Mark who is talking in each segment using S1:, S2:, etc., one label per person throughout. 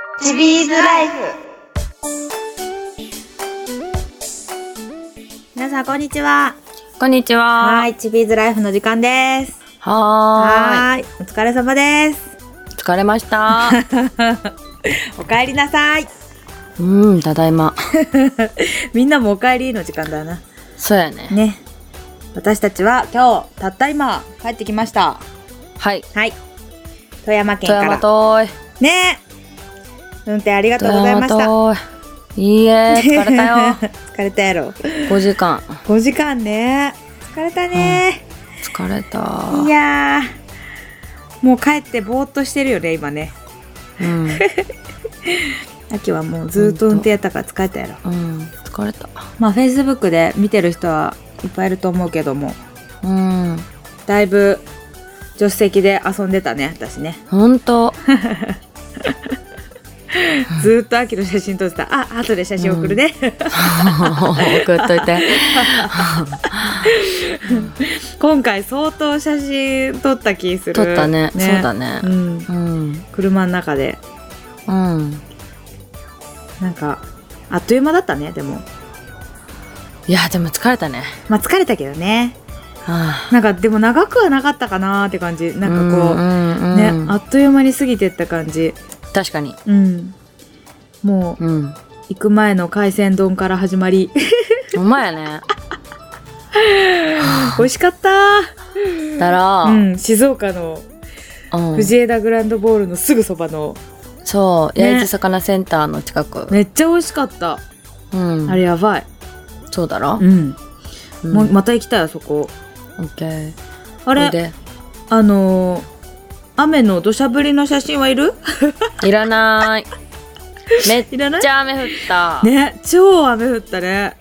S1: ズライフ皆さんこんにちは
S2: こんにちは。
S1: はいチビーズライフの時間です
S2: はーい。
S1: はーいお疲れ様です
S2: 疲れ ました。
S1: おかえりなさい
S2: うん、ただいま。
S1: みんなもおかえりの時間だな
S2: そうやね。
S1: ね私たちは今日たった今帰ってきました
S2: はい。
S1: はい富山県
S2: 富
S1: か
S2: 山
S1: ら
S2: 遠い。
S1: ね運転ありがとう
S2: 富
S1: ございま
S2: 山
S1: した
S2: 遠い。いいえ、疲れたよ。
S1: 疲れたやろ
S2: 5時間。
S1: 5時間ね疲れたね、
S2: 疲れた。
S1: いやーもう帰ってぼーっとしてるよね今ね
S2: うん。
S1: 秋はもうずっと運転やったから疲れたやろ
S2: うん、疲れた。
S1: まあフェイスブックで見てる人はいっぱいいると思うけども
S2: うん。
S1: だいぶ助手席で遊んでたね私ね
S2: ほんと。
S1: ずーっと秋の写真撮ってたあ後で写真送るね、
S2: 送っといて。
S1: 今回相当写真撮った気する
S2: 撮ったね。そうだね
S1: う。ん
S2: うん。
S1: 車の中で
S2: うん。
S1: なんかあっという間だったねでも
S2: いや、でも疲れたね。
S1: まあ疲れたけどね
S2: は
S1: なんかでも長くはなかったかなーって感じ
S2: あ
S1: なんかこう、
S2: うん
S1: ね、
S2: うんうん
S1: あっという間に過ぎてった感じ
S2: 確かに。
S1: うんもう
S2: うん。
S1: 行く前の海鮮丼から始ま り
S2: ほんまやね。
S1: 美味しかった
S2: だろ
S1: う、ん、静岡の
S2: うん
S1: 藤枝グランドボールのすぐそばの、
S2: そう、
S1: ね
S2: 八重洲魚センターの近く。
S1: めっちゃ美味しかった
S2: うん、
S1: あれやばい
S2: そうだろ、
S1: ん、
S2: うん
S1: もうまた行きたいあそこ
S2: オッケー。
S1: あ
S2: おい
S1: れ
S2: で
S1: あのー雨の土砂降りの写真はいる
S2: い らない。めっ
S1: いらない
S2: ちゃ雨降った。
S1: ね超雨降ったね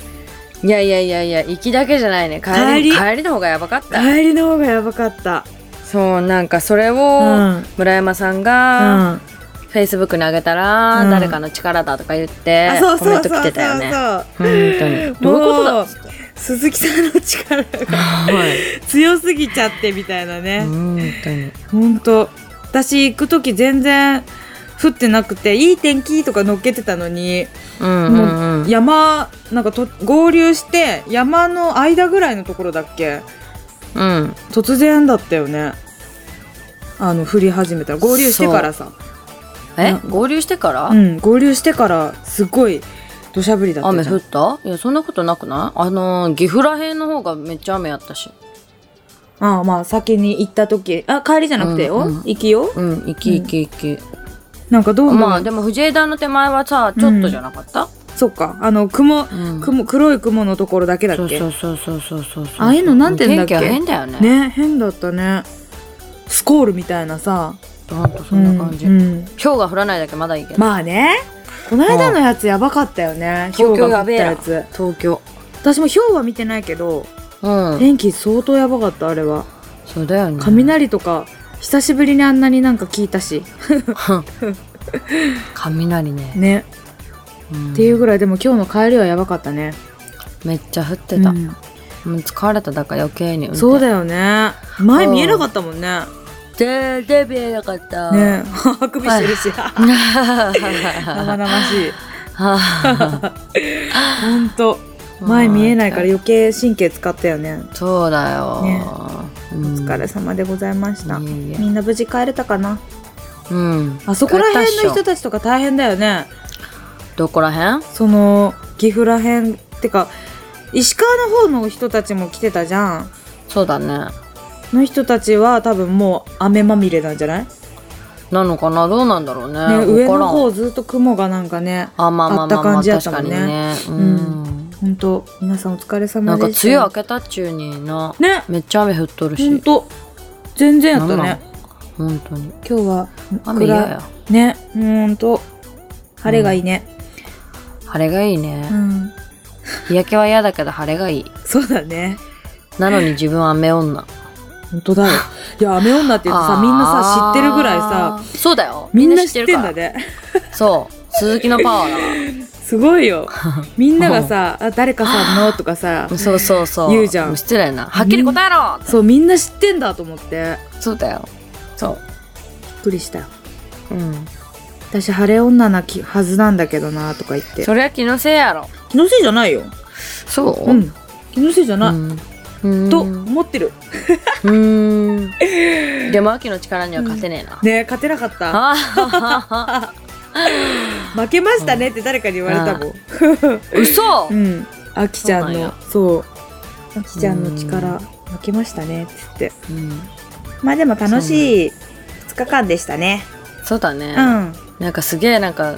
S2: いやいやいやいや、行きだけじゃないね。帰り
S1: 帰
S2: 帰
S1: り
S2: りの方がやばかった。
S1: 帰りの方がやばかった
S2: そう、なんかそれを、
S1: うん
S2: 村山さん
S1: う
S2: が、
S1: ん
S2: Facebook に上げたら、
S1: うん
S2: 誰かの力だとか言って
S1: あ、そうそ
S2: コメン
S1: う
S2: ト
S1: そう
S2: 来
S1: そ
S2: て
S1: う
S2: たよね。
S1: そう
S2: 本当に。どういうことだ
S1: もう鈴木さんの力 が
S2: はい。
S1: 強すぎちゃってみたいなね、
S2: 本当に。
S1: ほんと私行く時全然降ってなくていい天気とか乗っけてたのに、
S2: うんうん
S1: も
S2: う。
S1: うん山なんかと合流して山の間ぐらいのところだっけ
S2: うん。
S1: 突然だったよねあの降り始めたら合流してからさ
S2: え
S1: う
S2: 合流してから、
S1: うん合流してからすごい土砂降りだった
S2: 雨
S1: じゃん
S2: 降ったいやそんなことなくないあのー岐阜らへんの方がめっちゃ雨やったし
S1: ああまあ先に行った時あ帰りじゃなくてよ、
S2: うんうん
S1: 行きよ
S2: うん行き行き行き、
S1: なんかどうも、
S2: まあでも藤枝の手前はさちょっとじゃなかった、
S1: そっかあの雲
S2: うん
S1: 雲黒い雲のところだけだ
S2: そ
S1: っ
S2: う
S1: け
S2: そうそうそうそうそう
S1: ああいうのなんて言うんだっけ
S2: 天気は変だよね
S1: ね変だったねスコールみたいなさ
S2: ほんとそんな感じ、
S1: うんうん
S2: 氷が降らないだけまだいいけど、
S1: まあねこの間のやつやばかったよね
S2: 東京
S1: が降った
S2: やべえな
S1: やつ
S2: 東京
S1: 私も氷は見てないけど
S2: うん
S1: 天気相当やばかったあれは
S2: そうだよね
S1: 雷とか久しぶりにあんなになんか聞いたし
S2: 雷ね、
S1: ね
S2: うん
S1: っていうぐらいでも今日の帰りはやばかったね
S2: めっちゃ降ってた、
S1: う
S2: も
S1: ん
S2: う疲れただから余計に運転
S1: そうだよね前見えなかったもんね
S2: 全然見えなかった
S1: ねあくびしてるし生々しいほんと前見えないから余計神経使ったよね
S2: そうだよ、
S1: ね
S2: う
S1: お
S2: ん
S1: 疲れ様でございました
S2: いえいえ
S1: みんな無事帰れたかな
S2: うん
S1: あそこら辺の人
S2: た
S1: たちとか大変だよね
S2: どこらへん
S1: その岐阜ら辺ってか石川の方の人たちも来てたじゃん
S2: そうだね
S1: の人たちは多分もう雨まみれなんじゃない、ね、
S2: なのかなどうなんだろうねわ
S1: 上
S2: から
S1: の
S2: ん
S1: 方ずっと雲がなんかね
S2: あまあまあま
S1: あった
S2: あま
S1: 感
S2: あ
S1: じやっ
S2: 確
S1: たも
S2: か
S1: ん
S2: に
S1: ね
S2: ねうん、
S1: 本当皆さんお疲れ
S2: な
S1: 様
S2: んか
S1: で
S2: 梅
S1: した
S2: 雨明けたっちゅうにな
S1: ね
S2: めっちゃ雨降っとる
S1: 本
S2: し
S1: 当全然やった
S2: なんな
S1: ね
S2: ん本当に
S1: 今日は
S2: 雨嫌や
S1: 暗いね本当晴れがいいね、
S2: 晴れがいいうね
S1: ん
S2: 日焼けは嫌だけど晴れがいい
S1: そうだね
S2: なのに自分は雨女
S1: 本当だよいや雨女って言うとさみんなさ知ってるぐらいさ
S2: あーそうだよ
S1: みんな知って
S2: る
S1: ん
S2: か
S1: だ
S2: ら
S1: ね
S2: そう鈴木のパワーだ わ
S1: すごい よみんながさ「あ誰かさんの」とかさ
S2: そうそうそう。
S1: 言うじゃん
S2: も失礼な。はっきり答えろ、
S1: そうみんな知ってんだと思って
S2: そうだよ。そ
S1: びっくりしたよ
S2: う。うん。
S1: 私晴れ女なきはずなんだけどなとか言って
S2: そりゃ気のせいやろ
S1: 気のせいじゃないよ
S2: そう、
S1: うん気のせいじゃない、
S2: うん
S1: と
S2: う
S1: 思ってる
S2: ーんでも秋の力には勝てねえな、
S1: ねえ勝てなかった
S2: あ
S1: 負けましたねって誰かに言われたもん
S2: ー 嘘、
S1: うんあきちゃん
S2: そうなん
S1: の
S2: や
S1: そうあきちゃんの
S2: う
S1: 力
S2: ん
S1: 負けましたねって言って
S2: うん
S1: まあでも楽しい2日間でしたね
S2: そうだ
S1: う
S2: ね、
S1: ん
S2: なんかすげえなんか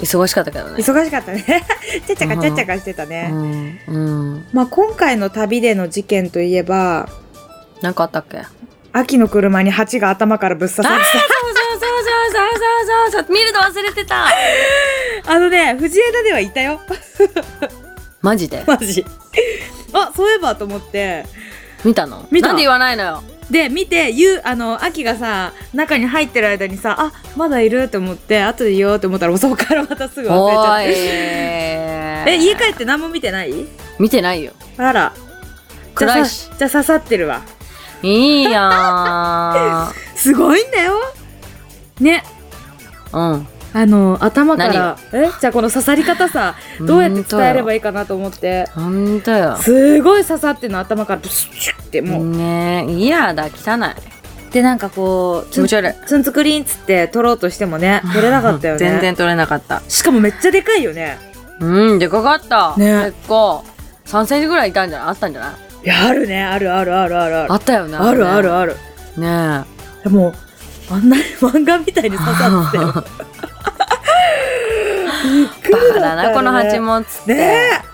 S2: 忙しかったけどね
S1: 忙しかったね ちゃちゃかちゃちゃかしてたね、
S2: うん、うん、
S1: まあ今回の旅での事件といえば
S2: なんかあったっけ
S1: 秋の車に蜂が頭からぶっ刺され
S2: そうそうそうそうそうそうそう見るの忘れてた
S1: たあのね藤枝ではいたよ
S2: マジ で
S1: マジあそういえばと思って
S2: 見たの
S1: 見た
S2: なんで言わないのよ
S1: で見てゆうあの秋がさ中に入ってる間にさあまだいると思って後で言おうと思ったらそこからまたすぐ忘れち
S2: お
S1: ゃっ
S2: ーい
S1: てえ家帰って何も見てない
S2: 見てないよ
S1: あらじゃ
S2: 暗
S1: あ
S2: い
S1: さ
S2: し
S1: じゃあ刺さってるわ
S2: いいや
S1: すごいんだよね
S2: ーうん
S1: あの頭からえじゃあこの刺さり方 さどうやって伝えれば
S2: いい
S1: いいかなと思って
S2: ほんとよ
S1: すごい刺さってんの頭からブシュッシュッってもう、
S2: ねえ嫌だ汚い
S1: でなんかこう
S2: 気持ち悪い
S1: ツンツクリンっつって取ろうとしてもね取れなかったよね
S2: 全然取れなかった
S1: しかもめっちゃでかいよね
S2: うんでかかった、
S1: ね
S2: 結構3センチぐらいいたんじゃないあったんじゃない
S1: いやあるねあるあるあるあるある
S2: あったよね
S1: あるある
S2: あ
S1: ある
S2: るね
S1: でもあんなに漫画みたいに刺さってびっ く
S2: えバ
S1: り
S2: カ
S1: だ
S2: だ
S1: ったよ
S2: な
S1: ね
S2: この蜂もっつって
S1: ねえ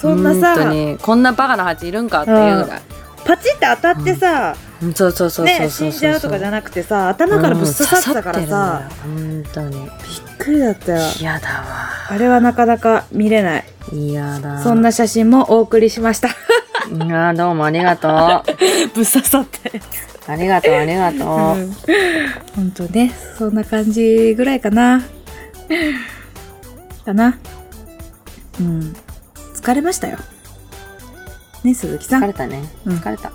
S1: そんなさ
S2: 本当にこんなバカな蜂いるんかっていうぐらい、
S1: パチって当たってさ、
S2: うんそうそうそうそうそ
S1: ね
S2: うそう
S1: 死んじゃうとかじゃなくてさ頭からぶっ刺さってたからさ、
S2: うん刺さってるんだよ本
S1: びっくりだったよ
S2: 当に嫌だわ
S1: あれはなかなか見れない
S2: 嫌だ
S1: そんな写真もお送りしました
S2: いやどうもあ りがとうあ
S1: ぶっ刺さって
S2: りがとうありがとう、
S1: 本当ねそんな感じぐらいかなかなうん疲れましたよね鈴木さ
S2: 疲
S1: ん
S2: れたね、
S1: うん
S2: 疲れた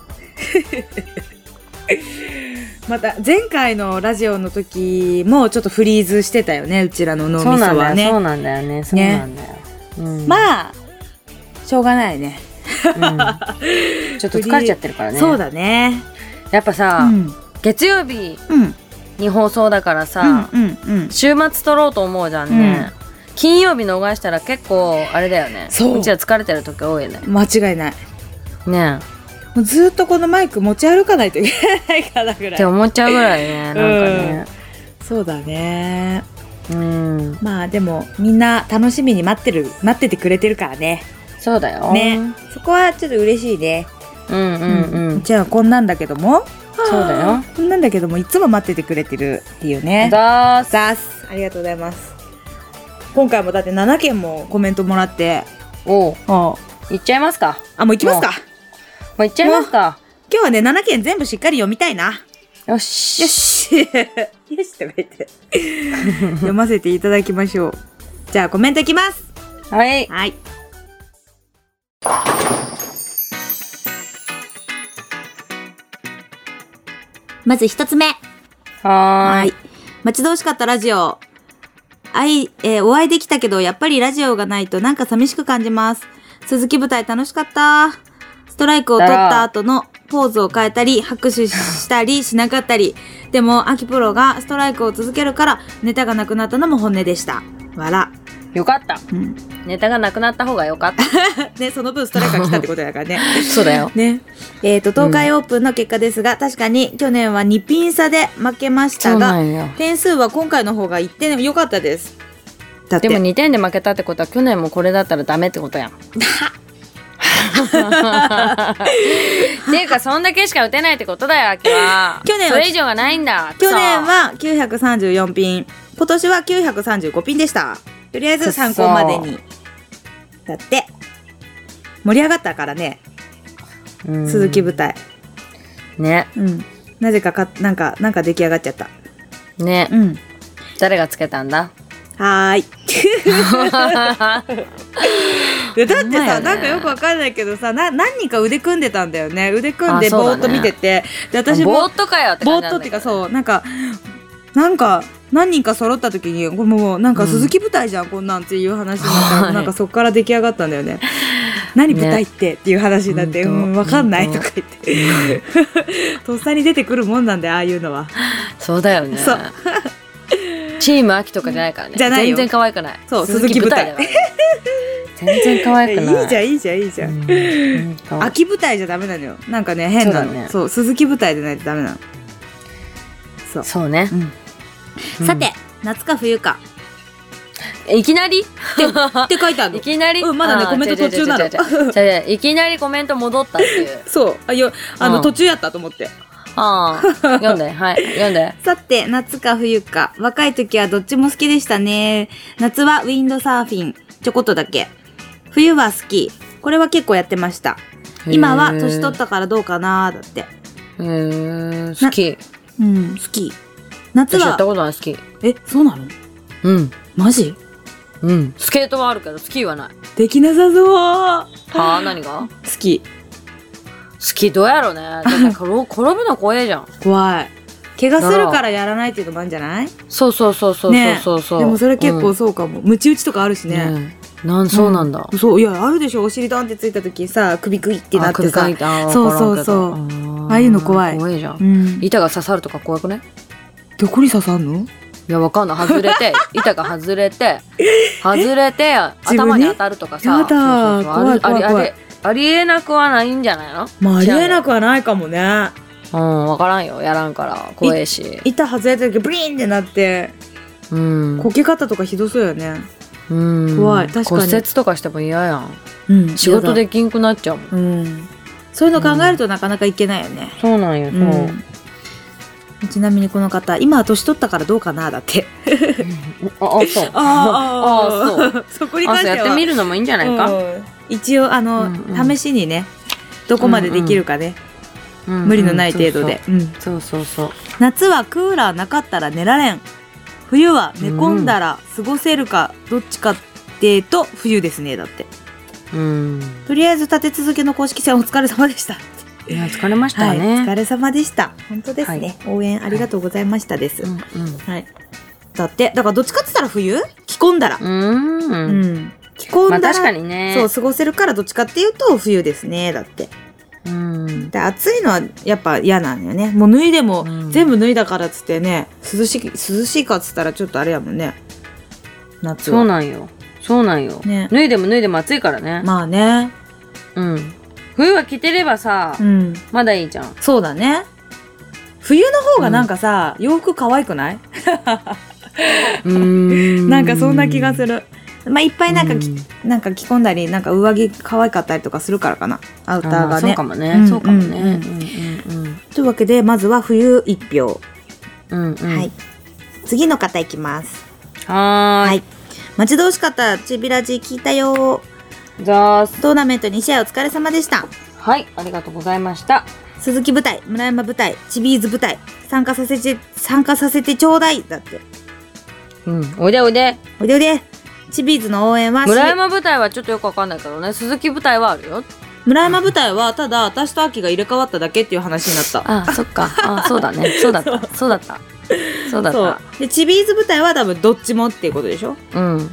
S1: また前回のラジオの時もちょっとフリーズしてたよねうちらの脳
S2: そう
S1: み
S2: な
S1: そ
S2: ん
S1: は
S2: だよ
S1: ね
S2: そうなんだよねそうなんだよ、うん、
S1: まあしょうがないね
S2: あ、 ちょっと疲れちゃってるからね
S1: そうだね
S2: やっぱ
S1: う
S2: さ、
S1: ん
S2: 月曜日
S1: うん
S2: に放送だからさ、
S1: うんうんうん
S2: 週末撮ろうと思うじゃんね、金曜日逃したら結構あれだよね
S1: そう
S2: ちは疲れてる時多いよね
S1: 間違いない
S2: ね
S1: もうずーっとこのマイク持ち歩かないといけないからぐ
S2: え
S1: ら
S2: って
S1: い
S2: 思っちゃうぐらいねなんかね
S1: そうだね
S2: うん
S1: まあでもみんな楽しみに待ってる待っててくれてるからね
S2: そうだよ
S1: ねそこはちょっと嬉しいね
S2: うんうんうん、
S1: じゃあこんなんだけども
S2: そうだよ
S1: こんなんだけどもいつも待っててくれてるっていうね
S2: だーす
S1: ざーすありがとうございます今回もだって7件もコメントもらって
S2: おう
S1: あ
S2: いっちゃいますか
S1: もう行きますか
S2: ももういっちゃいますか
S1: 今日はね7件全部しっかり読みたいな
S2: よし
S1: よしよしとか言って 読ませていただきましょうじゃあコメントいきます
S2: はい
S1: はい。まず一つ目。
S2: は
S1: は
S2: ーい
S1: い。待ち遠しかったラジオ。あい、えーお会いできたけど、やっぱりラジオがないとなんか寂しく感じます。鈴木舞台楽しかった。ストライクを取った後のポーズを変えたり、拍手したりしなかったり。でも、秋プロがストライクを続けるから、ネタがなくなったのも本音でした。わら。
S2: よかった
S1: うん。
S2: ネタがなくなった方がよかった
S1: ね、その分ストライクが来たってことだからね。
S2: そう だよ
S1: ね。えっ、と、東海オープンの結果ですが、確かに去年は2ピン差で負けまし
S2: そ
S1: た
S2: うな
S1: が、
S2: んよ
S1: 点数は今回の方が1点良かったです。だって。
S2: でも2点で負けたってことは去年もこれだったらダメってことやん。っていうかそんだけしか打てないってことだよ秋 は。
S1: 去年は
S2: それ以上がないんだ。
S1: 去年は934ピン、今年は935ピンでした。とりあえず参考までに。だって。盛り上がったからね、
S2: クソ、うん
S1: 鈴木舞台。
S2: ね
S1: うん。なぜかか、なんか、なんか出来上がっちゃった。
S2: ね
S1: うん。
S2: 誰がつけたんだ。
S1: はーい。いやだって
S2: ほんま
S1: さ、
S2: やね
S1: なんかよくわかんないけどさな何人か腕組んでたんだよね腕組んで
S2: あそう
S1: ぼ
S2: だ
S1: ー
S2: ね
S1: っと見てて、で私
S2: ぼ
S1: も
S2: ーっとかよって
S1: ぼー
S2: 感じ
S1: っ
S2: な
S1: と
S2: ん
S1: っていう
S2: だけど
S1: かそうなんかなんか何人か揃った時にこれもうなんか鈴木舞台じゃん、こんなんっていう話になったら、
S2: はい
S1: なんかそこから出来上がったんだよね。何舞台って、っていう話になって、う
S2: ほんと
S1: ん、わかんない
S2: ほん
S1: と
S2: と
S1: か言って。 とっさに出てくるもんなんで、ああいうのは。
S2: そうだよね
S1: そう
S2: チーム秋とかじゃないからね
S1: じゃないよ
S2: 全然可愛くない
S1: そう
S2: だからね全然可愛
S1: いい
S2: く ない
S1: じゃん、いいじゃん、いいじゃん。
S2: うん可愛い
S1: 秋舞台じゃダメなのよ。なんかね、変な
S2: そう
S1: の。
S2: だね
S1: そう,、鈴木舞台でないとダメなの。そう。
S2: そうね
S1: うん
S2: うん
S1: さて、夏か冬か。
S2: いきなり
S1: って書いてある
S2: い
S1: の。
S2: きなり
S1: うんまだね
S2: あー
S1: コメント途中なの
S2: 違う違う違う違う 違う違ういきなりコメント戻ったっていう
S1: そう。あ、よ、あの、
S2: うん
S1: 途中やったと思って。
S2: ああ読んではい読んで
S1: さて、夏か冬か。若い時はどっちも好きでしたね。夏はウィンドサーフィン。ちょこっとだけ。冬はスキー。これは結構やってました。今は年取ったからどうかなーだって。
S2: へー好き
S1: うん、スキー。夏
S2: 私や
S1: は
S2: った、ことない好き
S1: え、そうなの
S2: うん
S1: マジ
S2: うんスケートはあるけどスキーはない
S1: できなさそう。
S2: はあ何が
S1: スキ
S2: スキーどうやろうねだって 転ぶ転ぶの怖えじゃん
S1: ー。怖い。怪我するからやらないっていうのもあるんじゃない
S2: そうそうそうそうそうそうそう、
S1: ね、でもそれ結
S2: う
S1: 構
S2: ん
S1: そうかも。ムチ打ちとかあるしね。
S2: えなんそうなんだ、
S1: そういやあるでしょお尻ドンってついた時さ首グイってな
S2: あ
S1: っ
S2: 首
S1: てさ
S2: かいたあ
S1: そうそうそう
S2: わからんけどん
S1: ああいうの怖い
S2: 怖いじゃ、
S1: うんん
S2: 板が刺さるとか怖くね
S1: どこに刺さんの
S2: いやわかんない外れ て板が外れて外れて
S1: 自分
S2: 頭
S1: に
S2: に当たるとかさ
S1: やだー
S2: そうそうそう
S1: 怖い怖い
S2: あり
S1: 怖い
S2: ありありえなくはないんじゃないの
S1: まあありえな
S2: く
S1: くはないかもね
S2: うんわからんよやらんから怖えし
S1: 板外れた時ブリーンってなって
S2: うん
S1: こけ方とかひどそうよね
S2: うん
S1: 怖い確かに
S2: 骨折とかしても嫌やん
S1: うん
S2: 仕事できんくなっちゃうもん
S1: うんそういうの考えるとなかなかいけないよね
S2: そうなんよ
S1: うん、ちなみにこの方今は年取ったからどうかなだって
S2: ああそうああそ
S1: あ
S2: う
S1: そこに
S2: あ
S1: 関し
S2: そう
S1: ては
S2: やってみるのもいいんじゃないか、
S1: うん一応あの、
S2: うんうん
S1: 試しにねどこまでできるかね、
S2: うん
S1: 無理のない程度で、うん
S2: そうそうそう
S1: 夏はクーラーなかったら寝られん冬は寝込んだら過ごせるかどっちかってと冬ですねだって
S2: そううん
S1: とりあえず立て続けの公式戦お疲れ様でした
S2: いや疲れました
S1: はいお疲
S2: ね、
S1: れ様でした本当ですね、応援ありがとうございましたです、
S2: うん
S1: はいだってだからどっちかって言ったら冬着込んだら
S2: うんう、
S1: うん着込ん
S2: まあ
S1: だら、
S2: 確かにね
S1: そう過ごせるからどっちかっていうと冬ですねだって
S2: うん
S1: で暑いのはやっぱ嫌なんよねもう脱いでも、
S2: うん
S1: 全部脱いだからっつってね涼しい涼しいかっつったらちょっとあれやもんね夏は
S2: そうなんよそうなんよ、
S1: ね
S2: 脱いでも脱いでも暑いからね、
S1: まあね
S2: うん冬は着てればさ、
S1: うん
S2: まだいいじ ゃん
S1: そうだね冬の方がなんかさ、洋服可愛くない
S2: うん
S1: なんかそんな気がするまあいっぱいなんかき、
S2: うん
S1: なんか着込んだりなんか上着可愛かったりとかするからかなアウター
S2: あー
S1: が
S2: そう
S1: ね
S2: かもね、
S1: うん
S2: そうかもね
S1: うん
S2: うんうん
S1: というわけでまずは冬一票、
S2: うんうん
S1: はい次の方いきます
S2: は
S1: は
S2: ーい
S1: い待ち遠しかったチビラジ聞いたよ
S2: ざーす
S1: トーナメント2試合お疲れ様でした
S2: はいありがとうございました
S1: 鈴木舞台村山舞台チビーズ舞台参加させて参加させてちょうだいだって
S2: うんおいでおいで
S1: おいでおいでチビーズの応援は
S2: 村山舞台はちょっとよくわかんないけどね鈴木舞台はあるよ
S1: 村山舞台はただ私と秋が入れ替わっただけっていう話になった
S2: あそっかあそう だねそうだったそうだったそうだ
S1: そうでチビーズ舞台は多分どっちもっていうことでしょ、
S2: うん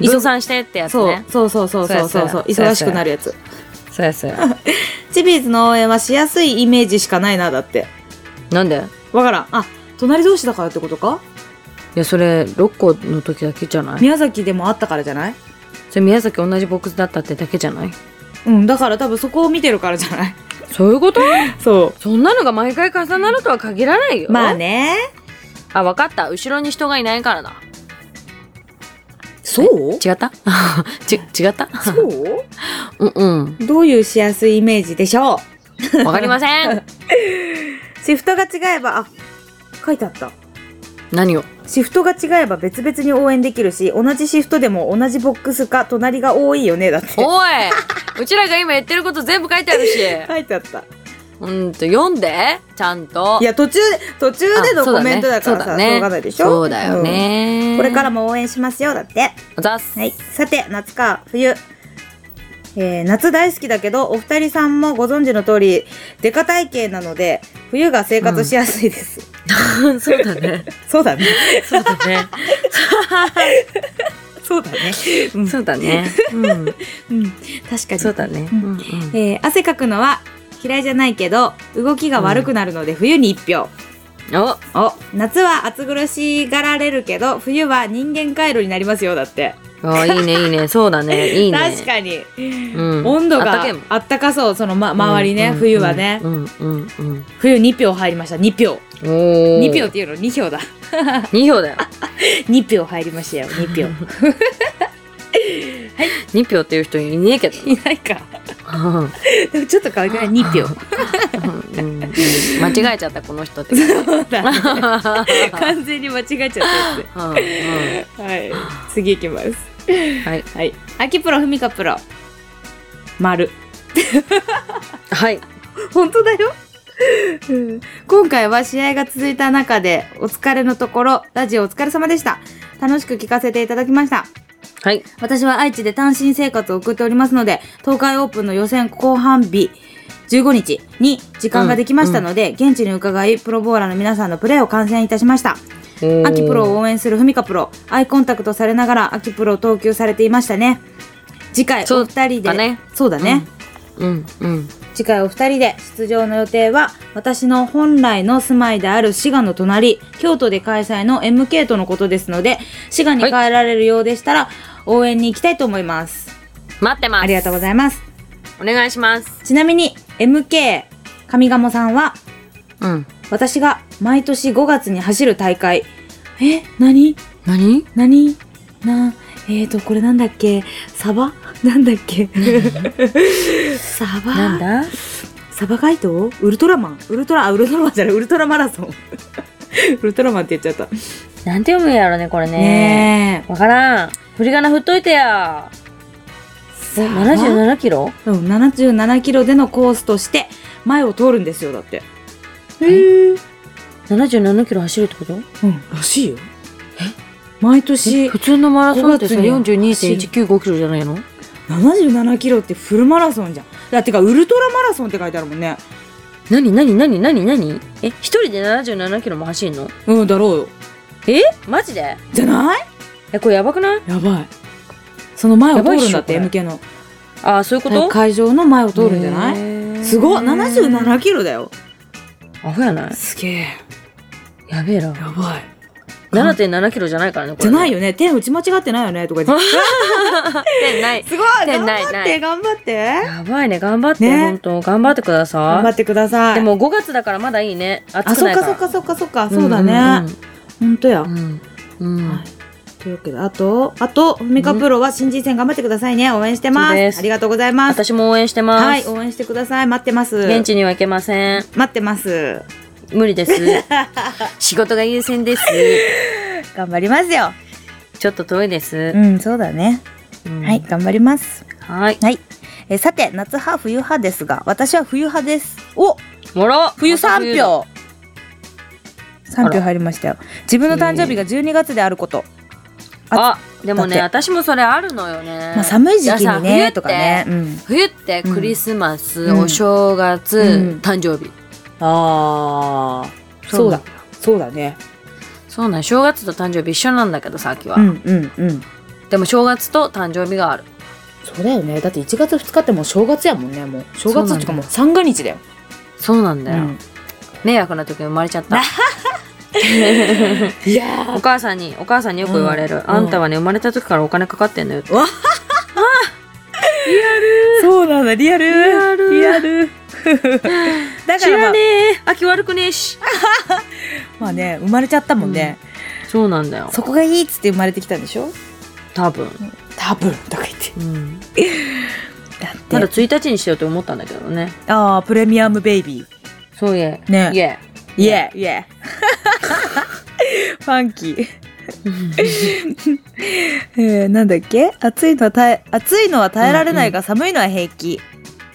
S2: 分散してってやつ
S1: そう
S2: ね
S1: そうそうそうそうそうそう
S2: そうやそうや
S1: 忙しくなるやつ
S2: そうやそうや
S1: チビーズの応援はしやすいイメージしかないなだって
S2: なんで
S1: わからんあ隣同士だからってことか
S2: いやそれ六個の時だけじゃない
S1: 宮崎でもあったからじゃない
S2: それ宮崎同じボックスだったってだけじゃない
S1: うんだから多分そこを見てるからじゃない
S2: そういうこと
S1: そ
S2: そんなのが毎回重なるとは限らないよ
S1: うまあね
S2: あわかった後ろに人がいないからだ
S1: そう
S2: 違った ち違った
S1: そう
S2: うんう ん
S1: どういうしやすいイメージでしょう
S2: わかりませ ん
S1: シフトが違えばあ書いてあった
S2: 何を
S1: シフトが違えば別々に応援できるし同じシフトでも同じボックスか隣が多いよねだって
S2: おいうちらが今言ってること全部書いてあるし
S1: 書いてあった
S2: うんと読んでちゃんと
S1: いや途中途中での
S2: あそう
S1: コ
S2: だね
S1: メントだからさ、しょうがないでしょ
S2: そうだよね、
S1: うんこれからも応援しますよだって
S2: おざっす
S1: はいさて夏か冬えー夏大好きだけどお二人さんもご存知の通りデカ体型なので冬が生活しやすいです、
S2: そうだね。
S1: そうだね。
S2: そうだね。
S1: そうだね。うん
S2: そうだね。
S1: うん、確かに。
S2: そうだね。
S1: うんえー汗かくのは嫌いじゃないけど、動きが悪くなるので冬に一票。
S2: お
S1: お夏は暑苦しがられるけど、冬は人間回路になりますよ、だって。
S2: あいいね、いいね。そうだね。いいね。
S1: 確かに。
S2: うん
S1: 温度
S2: あった
S1: が
S2: けん
S1: あったかそう、その、ま、周りね、冬はね。
S2: うんうんうん。
S1: 冬2票入りました、2票。
S2: うんおー
S1: 2票っていうの2票だ。
S2: 二票だよ。
S1: 2票入りましたよ、2票。
S2: 二票っていう人いね えけど。
S1: いないか。
S2: うんうん
S1: でもちょっと可愛くない2票。
S2: うん間違えちゃったこの人って感じ。
S1: そうだね 完全に間違えちゃったや
S2: うんうん
S1: つ。はい。次いきます。
S2: はい
S1: はい。秋プロ、ふみかプロ。丸。
S2: はい。
S1: 本当だよ。うん今回は試合が続いた中でお疲れのところラジオお疲れ様でした楽しく聞かせていただきました
S2: はい。
S1: 私は愛知で単身生活を送っておりますので東海オープンの予選後半日15日に時間ができましたので、現地に伺いプロボーラーの皆さんのプレーを観戦いたしました秋プロを応援するふみかプロアイコンタクトされながら秋プロを投球されていましたね次回
S2: そう
S1: お二人で
S2: だね
S1: そうだね、
S2: うんうん。
S1: 次回お二人で出場の予定は私の本来の住まいである滋賀の隣京都で開催の MK とのことですので滋賀に帰られるようでしたら、応援に行きたいと思います
S2: 待ってます。
S1: ありがとうございます
S2: お願いします。
S1: ちなみに MK 上鴨さんは
S2: うん。
S1: 私が毎年5月に走る大会え何
S2: 何？
S1: 何なえーとこれなんだっけサバ なんだっけサバ
S2: だ？
S1: サバ街道ウルトラマンウルトラあウルトラマンじゃないウルトラマラソン ウルトラマンって言っちゃった
S2: なんて読むやろねこれ。
S1: ねえ
S2: わからん。振り仮名振っといてや。え、77キロ
S1: うん77キロでのコースとして前を通るんですよだって
S2: へえ。77キロ走るってこと
S1: うんらしいよえ毎年
S2: 普通のマラソンってさ
S1: 5月には
S2: 42.195キロじゃないの
S1: 77キロってフルマラソンじゃんだってかウルトラマラソンって書いてあるもんね
S2: 何何何何何え、一人で77キロも走るの
S1: うんだろうよ
S2: えマジで
S1: じゃない
S2: え、これやばくない
S1: やばいその前を通るんだって
S2: やばいっ
S1: MK の
S2: あー、そういうこと
S1: 会場の前を通るんじゃない
S2: い
S1: すごい77キロだよ
S2: アホやない
S1: すげえ
S2: やべえな。
S1: やばい
S2: 7.7キロじゃないからね、こ
S1: じ
S2: れ
S1: ゃ
S2: ね。
S1: ないよね。手打ち間違ってないよね。とか言 って。
S2: 点ない。
S1: すごい
S2: 手
S1: 頑
S2: ない
S1: 張っ
S2: な
S1: て、頑張って。
S2: やばいね、頑張って、
S1: ね
S2: 本当頑張ってくだ
S1: 頑張
S2: さ
S1: ってくださ
S2: い。
S1: い。
S2: で、も5月だからまだいいね。
S1: あ、
S2: 暑く
S1: そ
S2: な
S1: っ
S2: い
S1: か
S2: から。
S1: そっかそっかそっか。そうだね。本当や
S2: う。ん。うん。うん。
S1: というわけで、あと、あと、ふみかプロは新人戦頑張ってくださいね。応援してま。
S2: そうですす
S1: ありがとうございます。
S2: 私も応援してます。
S1: はい、応援してください。待ってます。
S2: 現地には行けません。
S1: 待ってます。
S2: 無 理です。仕事が優先です。
S1: 頑張りますよ。
S2: ちょっと遠いです
S1: う。ん、そうだね。
S2: うん
S1: はい、。頑張ります。
S2: はい。
S1: はい。えーさて、夏派、冬派ですが、私は冬派です。お
S2: もろ
S1: 冬3。票3
S2: あ
S1: 票
S2: ら
S1: 入りましたよ自分の誕生日が12月であること、
S2: あ、でも
S1: だ
S2: ね、
S1: っ
S2: 私もそれあるのよね。
S1: まあ、寒い時期
S2: やさ
S1: に
S2: 冬っ
S1: ね
S2: て
S1: とかね、うん、
S2: 冬ってクリスマス、
S1: うん
S2: お正月、
S1: うん
S2: 誕生日。
S1: ああそうだそうだね
S2: そうなん、正月と誕生日一緒なんだけど、さっきは。
S1: うんうんうん
S2: でも正月と誕生日がある。
S1: そうだよねだって1月2日ってもう正月やもんねもう正月って
S2: 月っ
S1: て
S2: いう
S1: い
S2: か
S1: かもう三が日だよ、
S2: そうなんだよ。
S1: うん
S2: 迷惑な時生まれちゃった。
S1: いや
S2: お母さんに、お母さんによく言われる。
S1: うん
S2: あんたはね、生まれた時からお金かかってんのよって。
S1: そうなんだリアル
S2: リアル
S1: リア ルだか
S2: 知
S1: ら、ま
S2: ら
S1: あ
S2: ね、え。秋悪くねえし。
S1: まあね生まれちゃったもんね、
S2: そうなんだよ。
S1: そこがいいっつって生まれてきたんでしょ
S2: 多分。
S1: 多分とか言って
S2: うん。
S1: だって
S2: まだ1日にしようと思ったんだけどね。
S1: ああプレミアムベイビー
S2: そういえ。
S1: ね
S2: いえ。
S1: イエイエファンキー、えー、なんだっけ暑いのは耐え暑いのは耐えられないが寒いのは平気、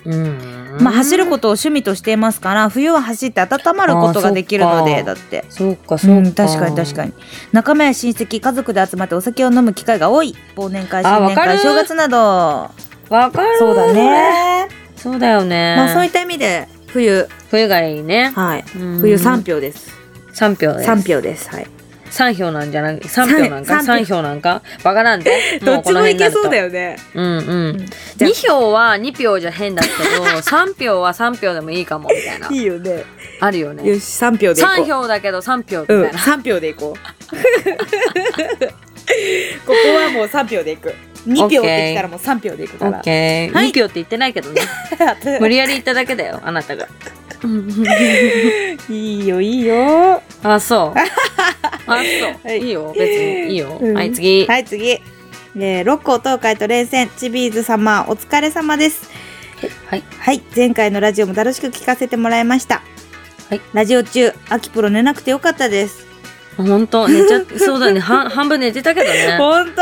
S2: うん。
S1: まあ走ることを趣味としていますから冬は走って温まることができるの
S2: あーそ
S1: で
S2: っか
S1: だって
S2: そうか、
S1: う
S2: そうか。
S1: ん確かに確か
S2: に。
S1: に仲間や親戚家族で集まってお酒を飲む機会が多い忘年会
S2: あー
S1: 新
S2: わ
S1: 年
S2: かる
S1: 会正月など
S2: わかる。
S1: そうだ。ね、
S2: そうだよね。
S1: まあそういった意味で冬
S2: 冬がいいね。
S1: はい
S2: うん
S1: 冬3票です、
S2: 3票です。
S1: 3票です。はい。
S2: 3票なんじゃない3票なんか
S1: 三
S2: 3票なんかバカなんで
S1: どっちもいけそうだ
S2: よ
S1: よね。
S2: うんうん
S1: じゃあ
S2: 2票は2票じゃ変だけど3 票は3票でもいいかもみたいない
S1: いよね。
S2: あるよ
S1: よ
S2: ね
S1: し、3票でいこう。
S2: 3票だけど3票みたい
S1: うん、
S2: な、
S1: 3票でいこう。こ こはもう3票でいく。2票できたらもう3票でいくか
S2: オ
S1: ら
S2: ッ。ケー、
S1: はい
S2: 2票って言ってないけどね無理やり言っただけだよあなたが
S1: いいよ、いいよ。
S2: あそうあそう、
S1: はい
S2: い、いよ別にいいよ、
S1: うん
S2: はい次、
S1: はい、次。えー、六甲東海と連戦、チビーズ様、お疲れ様です。
S2: はい
S1: はい、前回のラジオも楽しく聞かせてもらいました。
S2: はい、
S1: ラジオ中、秋プロ寝なくてよかったです。
S2: 本当寝ちゃそうだね半半分寝てたけどね、
S1: 本当、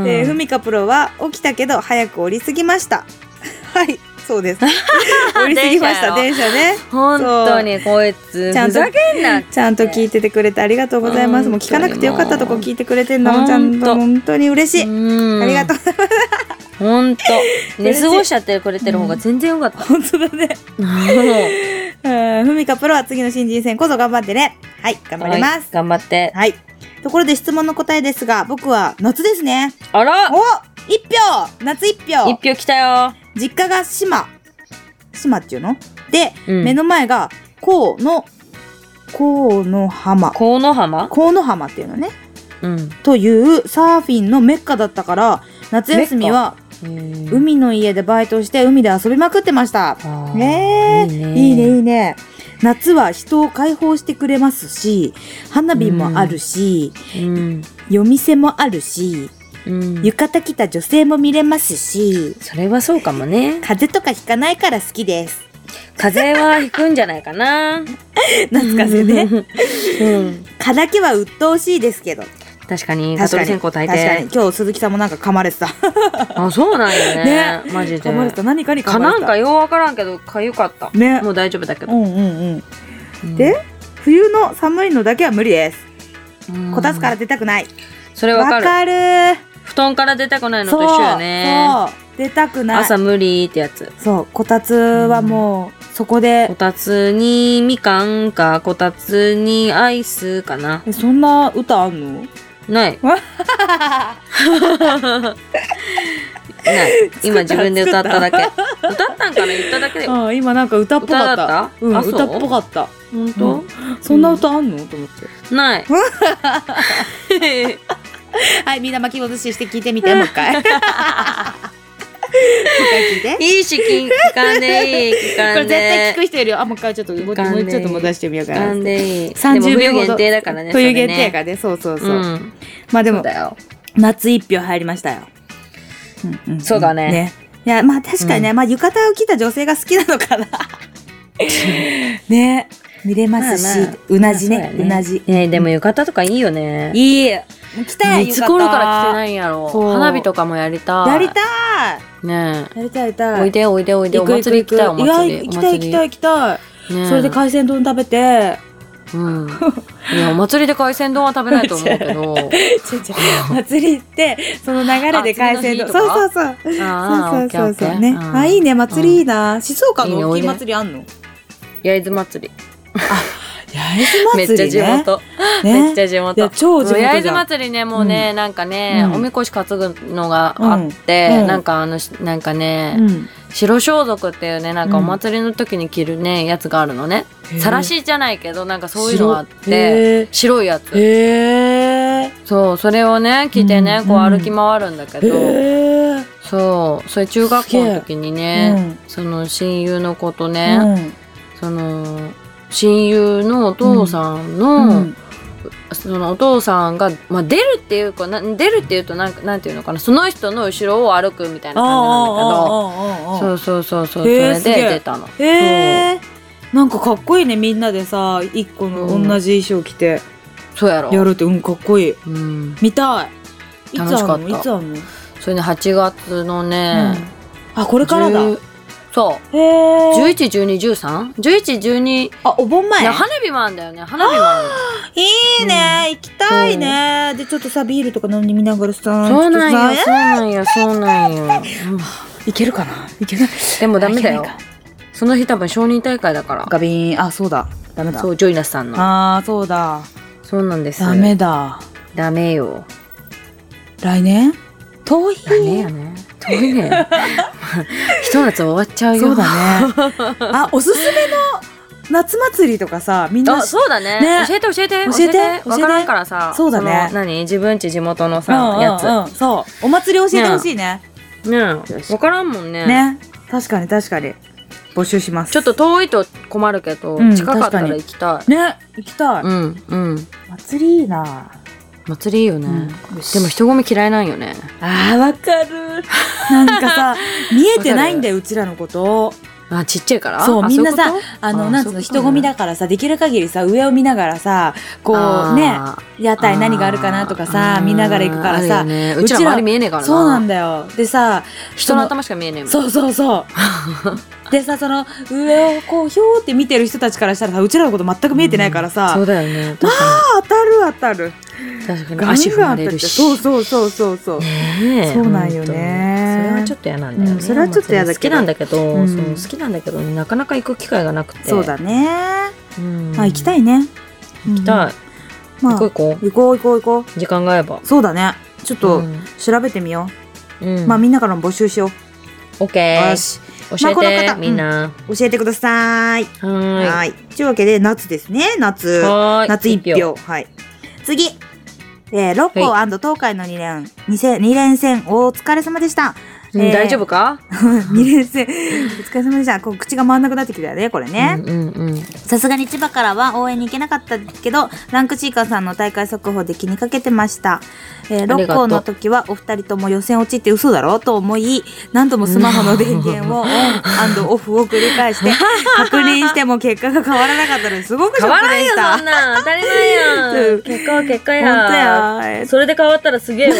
S2: うん
S1: えーふみかプロは起きたけど早く降りすぎました。 はい、そう です。降りすぎました、電
S2: 電
S1: 車ね。
S2: 本当にこいつ
S1: ちゃん
S2: ふ
S1: と
S2: ざけんなって
S1: ちゃんと聞いててくれてありがとうございます。もう聞
S2: 本当
S1: か
S2: に
S1: なくてよかったとこ聞いてくれてんだもん、ちゃんと
S2: 本当
S1: 本当に嬉しい。
S2: うん
S1: ありがとう。
S2: 本当寝過ごしちゃってくれてる方が全然よかった、
S1: 本当だね。
S2: 頑
S1: うんふみかプロは次の新人戦こそ頑張ってね。はい、頑張ります。
S2: 頑張って
S1: はい。ところで質問の答えですが、僕は夏ですね。
S2: あら
S1: お一票夏一票
S2: 一票来たよ
S1: 実家が島。島っていうので、
S2: うん
S1: 目の前が、こうの、こうの浜。
S2: 河野浜
S1: こうの浜っていうのね。
S2: うん
S1: というサーフィンのメッカだったから、夏休みは海の家でバイトして海で遊びまくってました。
S2: あー
S1: ねえ
S2: いいね
S1: いいねいいね夏は人を解放してくれますし花火もあるし、
S2: うん
S1: 夜店もあるし
S2: うん
S1: 浴衣着た女性も見れますし
S2: それはそうかもね
S1: 風邪とかひかないから好きです
S2: 風邪はひくんじゃないかな
S1: 夏風邪ね
S2: うん
S1: 蚊だけは鬱陶しいですけど
S2: 確かに蚊
S1: 確か
S2: 取り
S1: に
S2: 線香
S1: 確か
S2: 炊
S1: に
S2: いて
S1: 今日鈴木さんもなんか噛まれてた
S2: あそうなんよねマジで
S1: 噛まれてた何かに噛
S2: 蚊
S1: ま
S2: な
S1: れて
S2: ん
S1: た
S2: かようわからんけどかゆかった
S1: ね
S2: もう大丈夫だけ
S1: う
S2: ど
S1: んうんうん
S2: うん
S1: で冬の寒いのだけは無理です
S2: うん
S1: こたつから出たくない
S2: それ
S1: わ
S2: わかる
S1: かる
S2: 布団から出たくないの
S1: そう
S2: と一緒よね
S1: そう出たくない
S2: 朝無理ってやつ
S1: そうこたつはもうそこで
S2: こ、たつにみかんかこたつにアイスかな
S1: えそんな歌あんの
S2: ない ない今自分で歌っただけ歌ったんかな言っただけで
S1: あ今なんか歌っぽかった
S2: 歌だった
S1: うん、
S2: あそう
S1: 歌っぽかった
S2: 本当、
S1: そんな歌あんの、と思って
S2: ない
S1: はいみんな巻き戻しして聞いてみてもう一 回もう一回聞いて
S2: いいし聞かんでいい聞
S1: こ
S2: か
S1: れ絶対
S2: んで
S1: 聞く人いるよあもう一回ちょっともう
S2: 聞かんで
S1: ちょっと戻してみよう
S2: 聞
S1: か
S2: か
S1: なん
S2: でいい
S1: 30
S2: でも
S1: 秒ほ
S2: 冬
S1: ど
S2: 限定だからね
S1: 冬限定やかららねそうそうそう、
S2: うん
S1: まあで
S2: そ
S1: も
S2: うだよ
S1: 夏一票入りましたよ。うんんん
S2: そうだね
S1: いやまあ確かにね、まあ浴衣を着た女性が好きなの かな。ね見れますし、
S2: まあまあ
S1: うなじね
S2: そう
S1: う
S2: だ
S1: なじ。
S2: ねでも浴衣とかいいよね
S1: いい。もう着たい
S2: いつ頃から着てないいんやろ
S1: そう
S2: 花火とかもやりたい
S1: やりたい。
S2: いね
S1: やりたいやりたい。
S2: えおいでおいでおいで
S1: 行
S2: お
S1: く行く
S2: 祭り行きたいお
S1: く
S2: 祭
S1: いや
S2: り
S1: 行きたい行きたい行きたい。それで海鮮丼食べて。
S2: うんいやお祭りで海鮮丼は食べないと思 うけど
S1: ちょ ちょ祭り行ってその流れで海鮮丼。そう
S2: あ次の日
S1: そうそう。
S2: あ
S1: そう
S2: ー
S1: そうそうそう
S2: オッケーオッケー
S1: ね。
S2: うん
S1: あいいね祭りいいな。静岡
S2: いいね
S1: の
S2: お
S1: 大
S2: い
S1: きい
S2: で
S1: 祭りあんの？
S2: 焼津祭り
S1: 八
S2: め
S1: 重
S2: っち
S1: 洲祭り
S2: ゃ地
S1: ね。
S2: 元
S1: ね
S2: めっちゃ地
S1: いや
S2: 元
S1: 超地元じゃん
S2: 焼津祭りねもうねなんかね
S1: うん
S2: おみこし担ぐのがあって
S1: うんうん
S2: なんかあのなんかね
S1: うん、
S2: 白装束っていうねなんかお祭りの時に着るねやつがあるのね
S1: へー
S2: さらしじゃないけどなんかそういうのがあって
S1: て
S2: 白いや
S1: へ
S2: つ
S1: え
S2: そうそれをね着てね
S1: うん
S2: こう
S1: うん
S2: 歩き回るんだけ
S1: へ
S2: ど
S1: え
S2: そうそれ中学校の時に
S1: う
S2: ね
S1: ん
S2: その親友の子と
S1: う
S2: ね
S1: ん
S2: その親友のお父さん
S1: う
S2: の
S1: ん
S2: そのお父さんが、まあ、出るっていうかな出るっていうとなんかなんていうのかなその人の後ろを歩くみたいな感じなんだけど
S1: あああああああ
S2: そ
S1: あ
S2: うそうそうそうそ
S1: へー
S2: れ
S1: すげえ
S2: で出たの。
S1: へえなんかかっこいいねみんなでさ一個の同じ衣装着て
S2: そうやろ
S1: やるってうんかっこいい
S2: うん、
S1: 見たいいつあ
S2: 楽しかっ
S1: ん
S2: た
S1: のいつあんの、
S2: それね8月のね、
S1: あこれからだ
S2: 10そ
S1: へえ
S2: う1112131112
S1: あお盆前
S2: いや花火もあんだよね花火もある
S1: いいね、行きたいねでちょっとさビールとか飲みながらさ
S2: そうなん
S1: ちょっ
S2: よ
S1: と
S2: そう
S1: さ
S2: なんよそうなんよ、うん
S1: いけるかないけない
S2: でもダメだよ
S1: いけないか
S2: その日多分承認大会だから
S1: ガビーンあそうだダメだ
S2: そうジョイナスさんの
S1: ああそうだ
S2: そうなんです
S1: ダメだ
S2: ダメよ
S1: 来年遠い
S2: ダメよね遠いねひと夏終わっちゃうよ
S1: そうだねあおすすめの夏祭りとかさみんな
S2: あそうだね
S1: ね
S2: 教えて教えて
S1: 教えて教えて
S2: わからんからさ
S1: そうだね
S2: その何自分ち地元
S1: うん
S2: の
S1: うん
S2: さ
S1: うん
S2: やつ
S1: そうお祭り教えてほしいね
S2: ねわからんもんね
S1: ね確かに確かに募集します
S2: ちょっと遠いと困るけど、
S1: うん
S2: 近かった
S1: 確
S2: ら
S1: かに
S2: 行きたい
S1: ね行きたい
S2: うんうん
S1: 祭りいいな
S2: 祭りいいよね、
S1: うん
S2: でも人混み嫌いなんよね
S1: あーわかるなんかさ 見えてないんだようちらのこと
S2: あちっちゃいから
S1: そう
S2: あ
S1: みんなさ
S2: そういうこと
S1: あ
S2: あ
S1: の
S2: ー
S1: なんつう
S2: そう
S1: の
S2: いうことね
S1: 人混みだからさできる限りさ上を見ながらさこ
S2: あ
S1: う
S2: ー
S1: ね屋台何があるかなとかさ見ながら行くからさ
S2: あるよねうちら周り見えねえからな
S1: そうなんだよでさ
S2: 人の頭しか見えねえもん
S1: そうそう そうでさその上をこうひょーって見てる人たちからしたらさうちらのこと全く見えてないからさ、
S2: そうだよね
S1: ま
S2: 確か
S1: あ当たる当たる
S2: に確か
S1: ガン
S2: に
S1: ガン
S2: 足踏ま
S1: 当た
S2: れ
S1: って
S2: るし
S1: そうそうそうそうそう、
S2: ねえ
S1: そうなんよね
S2: 本当にそれはちょっと嫌なんだよね、
S1: うんそれはちょっと嫌だけど
S2: まあ好きなんだけど、
S1: うん
S2: そう好きなんだけどなかなか行く機会がなくて
S1: そうだね、
S2: うん
S1: まあ行きた
S2: い
S1: いね
S2: 行きたい、
S1: うんま
S2: 行こう
S1: あ
S2: 行こ
S1: 行こう行こう行こ
S2: う時間が合えば
S1: うそうだねちょっと
S2: うん
S1: 調べてみよ
S2: う
S1: う、
S2: ん
S1: まあみんなからも募集しよう、
S2: オッケ
S1: よ
S2: ー
S1: し
S2: 教えて、
S1: まあこの方
S2: みんな、
S1: 教えてください
S2: はーい
S1: はいというわけで夏ですね夏
S2: はーい
S1: 夏一票はい次えー、六甲
S2: は
S1: 東海の二連二戦二連戦お疲れ様でした、
S2: うん
S1: えー
S2: 大丈夫か、
S1: 二連戦お疲れ様でしたこう口が回んなくなってきたよねこれね、
S2: うんうんうん
S1: さすがに千葉からは応援に行けなかったけどランクシーカーさんの大会速報で気にかけてました、えー、
S2: あ
S1: 六
S2: りがとう
S1: 校の時はお二人とも予選落ちって嘘だろうと思い何度もスマホの電源をオンオフを繰り返 して確認しても結果が変わらなかったのですごくショ
S2: 変わ
S1: ック
S2: らん
S1: でし
S2: よそ
S1: た
S2: んなん当たり前
S1: う
S2: や
S1: ん
S2: ん結果は結果や
S1: 本当や えー
S2: それで変わったらすげえわ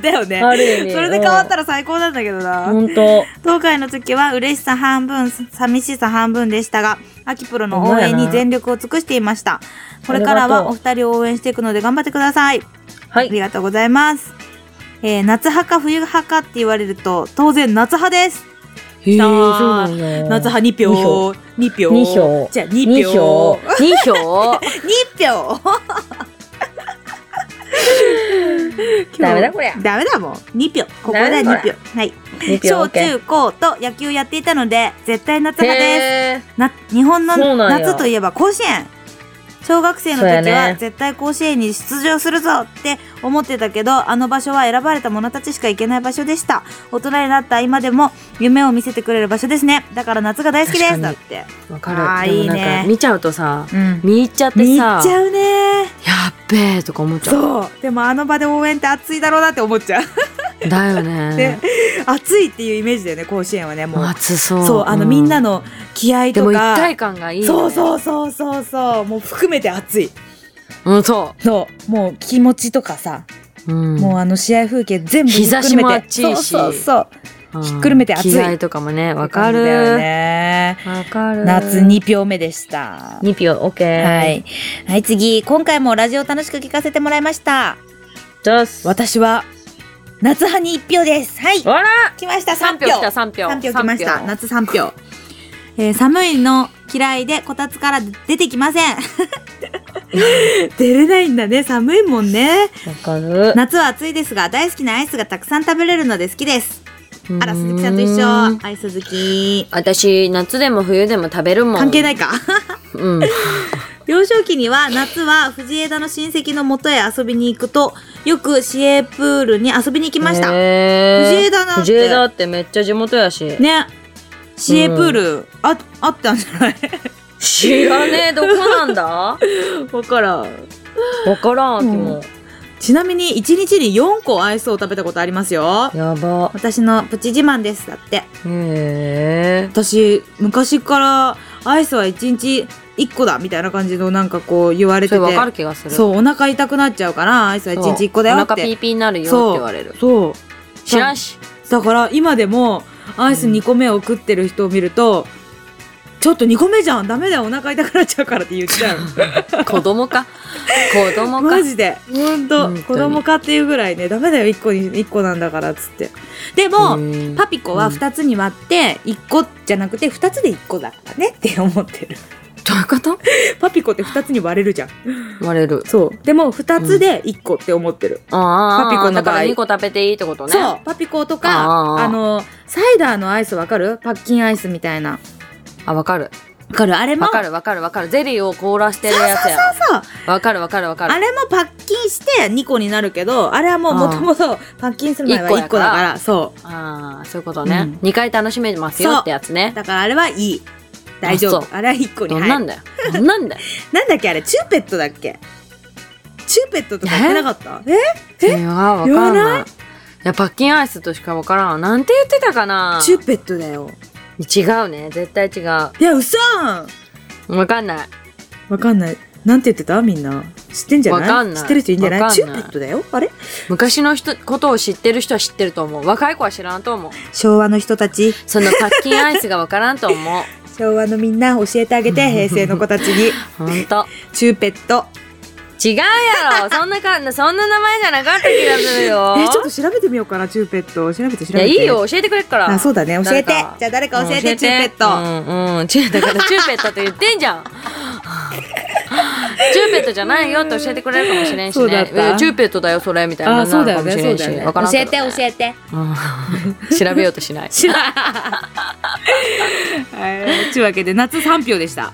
S1: だよね
S2: ある意味
S1: それで変わったら最高なんだけどな、
S2: 本当
S1: 東海の時は嬉しさ半分寂しさ半分でしたが秋プロの応援に全力を尽くしていましたこれからはお二人を応援していくので頑張ってください
S2: は
S1: あり
S2: い
S1: がとうございます、えー夏派か冬派かって言われると当然夏派です
S2: へえ
S1: た
S2: そうなんだ
S1: 夏派2票2票
S2: 二票
S1: じゃあ2票
S2: 二票 二票
S1: 2票
S2: ダメだこりゃ
S1: ダメだもん2票ここで
S2: ダメ
S1: 2票
S2: だこりゃ
S1: はい
S2: 二票
S1: 小中高と野球やっていたので絶対夏派です
S2: へ
S1: な日本の
S2: そうなんや
S1: 夏といえば甲子園小学生の
S2: そうや
S1: 時は
S2: ね
S1: 絶対甲子園に出場するぞって思ってたけどあの場所は選ばれた者たちしか行けない場所でした大人になった今でも夢を見せてくれる場所ですねだから夏が大好きです
S2: 確
S1: だ
S2: か
S1: っ
S2: に
S1: て、
S2: ーわ
S1: あ
S2: か
S1: ー
S2: るでもなん
S1: いいね
S2: か見ちゃうとさ
S1: うん、
S2: 見入っちゃって
S1: 見入っち
S2: さやっ
S1: ゃうね
S2: べえとか思っちゃう
S1: そうでもあの場で応援って熱いだろうなって思っちゃう、
S2: だよ
S1: で
S2: ね
S1: 熱いっていうイメージだよね甲子園はねもう、
S2: 暑そう
S1: そうあの
S2: ん
S1: みんなの気合
S2: で
S1: と
S2: も一
S1: か
S2: 体感がいい
S1: そう
S2: う
S1: そうそうそうそうもう含めて熱い
S2: うんそ
S1: そうもう気持ちとかさ
S2: ううん
S1: もうあの試合風景全部ひ
S2: 日
S1: っ
S2: 差
S1: く
S2: し
S1: る
S2: も
S1: めて
S2: 暑いし
S1: そうそうそう
S2: うん
S1: ひっくるめて暑い
S2: 機材とかもねわか
S1: って感じだよ
S2: る
S1: ね
S2: わかる
S1: 夏2票目でした
S2: 2票 OK
S1: はい、はい、次今回もラジオ楽しく聞かせてもらいました
S2: じゃあす
S1: 私は夏派に1票ですはい
S2: あら
S1: 来ました3
S2: 3
S1: 票
S2: 票来た3票
S1: 3票来ました
S2: 三
S1: 夏3票、えー寒いの嫌いでこたつから出てきません 出れないんだね寒いもんね
S2: 票わかる
S1: 夏は暑いですが大好きなアイスがたくさん食べれるので好きですあら鈴木さんと一
S2: うん
S1: 緒はい鈴木
S2: 私夏でも冬でも食べるもん
S1: 関係ないいか
S2: うん
S1: 幼少期には夏は藤枝の親戚の元へ遊びに行くとよく市営プールに遊びに行きました、
S2: へー
S1: 藤枝なんて
S2: 藤枝ってめっちゃ地元やし、
S1: ね市営プール、ああったんじゃない
S2: 知らねえどこな んだ
S1: わ
S2: わ
S1: からん
S2: からん秋も、
S1: ちなみに1日に4個アイスを食べたことありますよ
S2: やば
S1: 私のプチ自慢ですだって
S2: へえ
S1: 私昔からアイスは1日1個だみたいな感じのなんかこう言われて
S2: それ
S1: て
S2: わかる気がする
S1: そうお腹痛くなっちゃうからアイスは
S2: そ
S1: 一
S2: う
S1: 日一個だよ
S2: お
S1: って
S2: 腹ピーピーになるよって
S1: そう
S2: 言われる
S1: そう
S2: 知らんし
S1: だから今でもアイス2個目を食ってる人を見ると、ちょっと2個目じゃんダメだよお腹痛くなっちゃうからって言っちゃ う
S2: 子供か子供か
S1: マジでほんと
S2: 本当に
S1: 子供かっていうぐらいねダメだよ1個に1個なんだからっつってでも、
S2: うん
S1: パピコは2つに割って1個じゃなくて2つで1個だからねって思ってる
S2: どういうこと
S1: パピコって2つに割れるじゃん
S2: 割れる。
S1: そうでも2つで1個って思ってる、
S2: あ
S1: パ
S2: あ、
S1: ピコの場合
S2: だから2個食べていいってことね。
S1: そうパピコとか
S2: あ
S1: あ
S2: ー
S1: のサイダーのアイスわかるパッキンアイスみたいな
S2: あ、わかる。
S1: わかるあれも
S2: わかるわかるわかる。ゼリーを凍らしてるやつや。
S1: そう
S2: わかるわかるわか
S1: あ
S2: る。
S1: れもパッキンして2個になるけどあれはもうもともとパッキンする前は1個だからそう
S2: ああ、そういうこと
S1: う
S2: ね
S1: ん。
S2: 2回楽しめますよってやつね。
S1: だからあれはいい大丈
S2: あそ
S1: 夫あれは1個に
S2: どん
S1: 入
S2: な
S1: る
S2: んだよ。どんなんだよ。
S1: なんだっけあれチューペットだっけチューペットとかやってなかったえ
S2: いや、わか
S1: 言わ
S2: ん
S1: な
S2: ないい。いや、パッキンアイスとしかわからん。なんて言ってたかな
S1: チューペットだよ
S2: 違うね。絶対違う。
S1: いや嘘
S2: わかんない。
S1: わかんないなんて言ってたみんな知ってんじゃない
S2: わかんない
S1: 知ってる人いいんじゃない
S2: わかん
S1: チ
S2: な
S1: ュ
S2: い
S1: ーペットだよあれ
S2: 昔の人、ことを知ってる人は知ってると思う。若い子は知らんと思う。
S1: 昭和の人たち
S2: そのパッキンアイスがわからんと思 う。
S1: 昭和のみんな教えてあげ て平成の子たちに
S2: ほんと。
S1: チューペット
S2: 違うやろそんなか、そんな名前じゃなかった気がする
S1: え
S2: よ。
S1: ちょっと調べてみようかなチューペット調べて調
S2: いや、
S1: べて
S2: いいよ、教えてくれっから。
S1: あそうだね教えて
S2: 誰か
S1: じゃあ誰か教えて
S2: うん
S1: チューペット
S2: うん、うん、チューだからチューペットって言ってんじゃん。チューペットじゃないよって教えてくれるかもしれんし
S1: そうだ
S2: ね
S1: っ。
S2: え
S1: た
S2: チューペットだよ、それみたいな。
S1: あそうだよね
S2: なるかもしれんし
S1: そうだよね
S2: わからんけどね
S1: えて
S2: うん調べようとしない。
S1: 知らんはいというわけで夏3票でした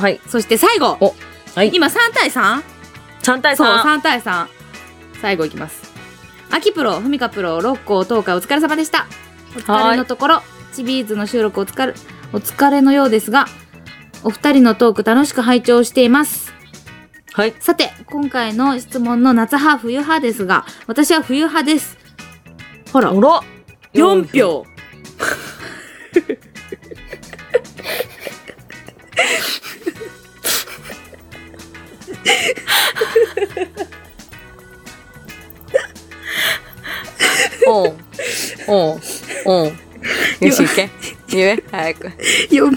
S2: はい。
S1: そして最後
S2: お、はい。
S1: 今3対 3?
S2: 3対
S1: そう
S2: 3。
S1: 3対3最後いきます秋プロふみかプロ六甲東海お疲れ様でしたお疲れのところチビーズの収録お疲れお疲れのようですがお二人のトーク楽しく拝聴しています
S2: はい。
S1: さて今回の質問の夏派冬派ですが私は冬派ですほら
S2: おろ。
S1: 4。票
S2: おう。おう。おう。よし、行け。言え。早く。
S1: 4票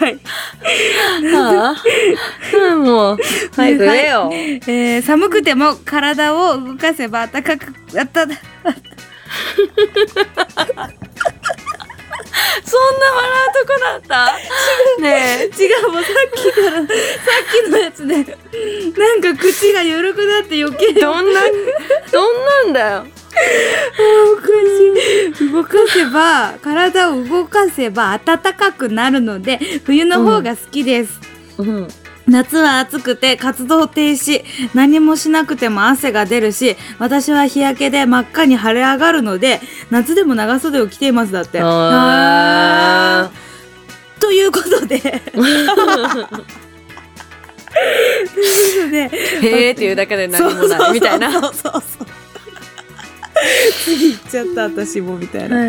S1: はい
S2: ああ。もう。早く言えよ。
S1: えー寒くても体を動かせば暖かくあった
S2: そんな笑うとこだったねえ。
S1: 違うもうさっきからさっきのやつでなんか口が緩くなって余計
S2: どんな、どんなんだよ。
S1: おかしい動かせば体を動かせば暖かくなるので冬の方が好きです、
S2: うん。
S1: 夏は暑くて活動停止何もしなくても汗が出るし私は日焼けで真っ赤に腫れ上がるので夏でも長袖を着ていますだってあー
S2: あ
S1: ということで。ということで。
S2: ーへーっていうだけで何もないみたいな。
S1: そうそうそうそう。次行っちゃった私もみたいな、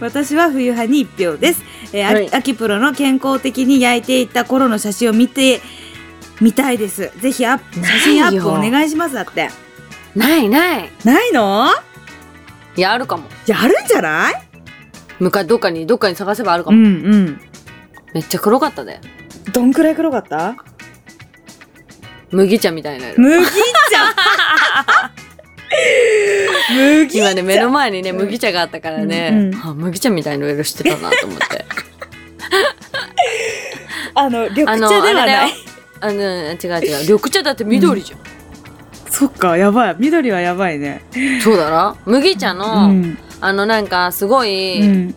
S1: 私は冬派に1票です、えーあ
S2: はい
S1: 秋プロの健康的に焼いていった頃の写真を見てみたいですぜひアップ写真ア
S2: ない
S1: ッ
S2: よ
S1: プお願いしますだって
S2: ないない。
S1: ないの
S2: いや、あるかも。
S1: やるんじゃない
S2: 昔どっかに、どっかに探せばあるか
S1: う
S2: も。
S1: んうん
S2: めっちゃ黒かったで。
S1: どんくらい黒かった
S2: 麦茶みたいな色。
S1: 麦茶 麦
S2: 今ね、目の前にね、麦茶があったから
S1: うん
S2: ね
S1: う、ん
S2: あ麦茶みたいな色してたなと思 って。
S1: あの緑
S2: あ
S1: 茶
S2: の、
S1: で
S2: あ
S1: は
S2: れだ
S1: な
S2: よ
S1: い。
S2: あの、違う違う。緑茶だって緑じゃん。
S1: そっかやばい緑はやばいね
S2: そうだろ麦茶の、あのなんかすごい、
S1: ん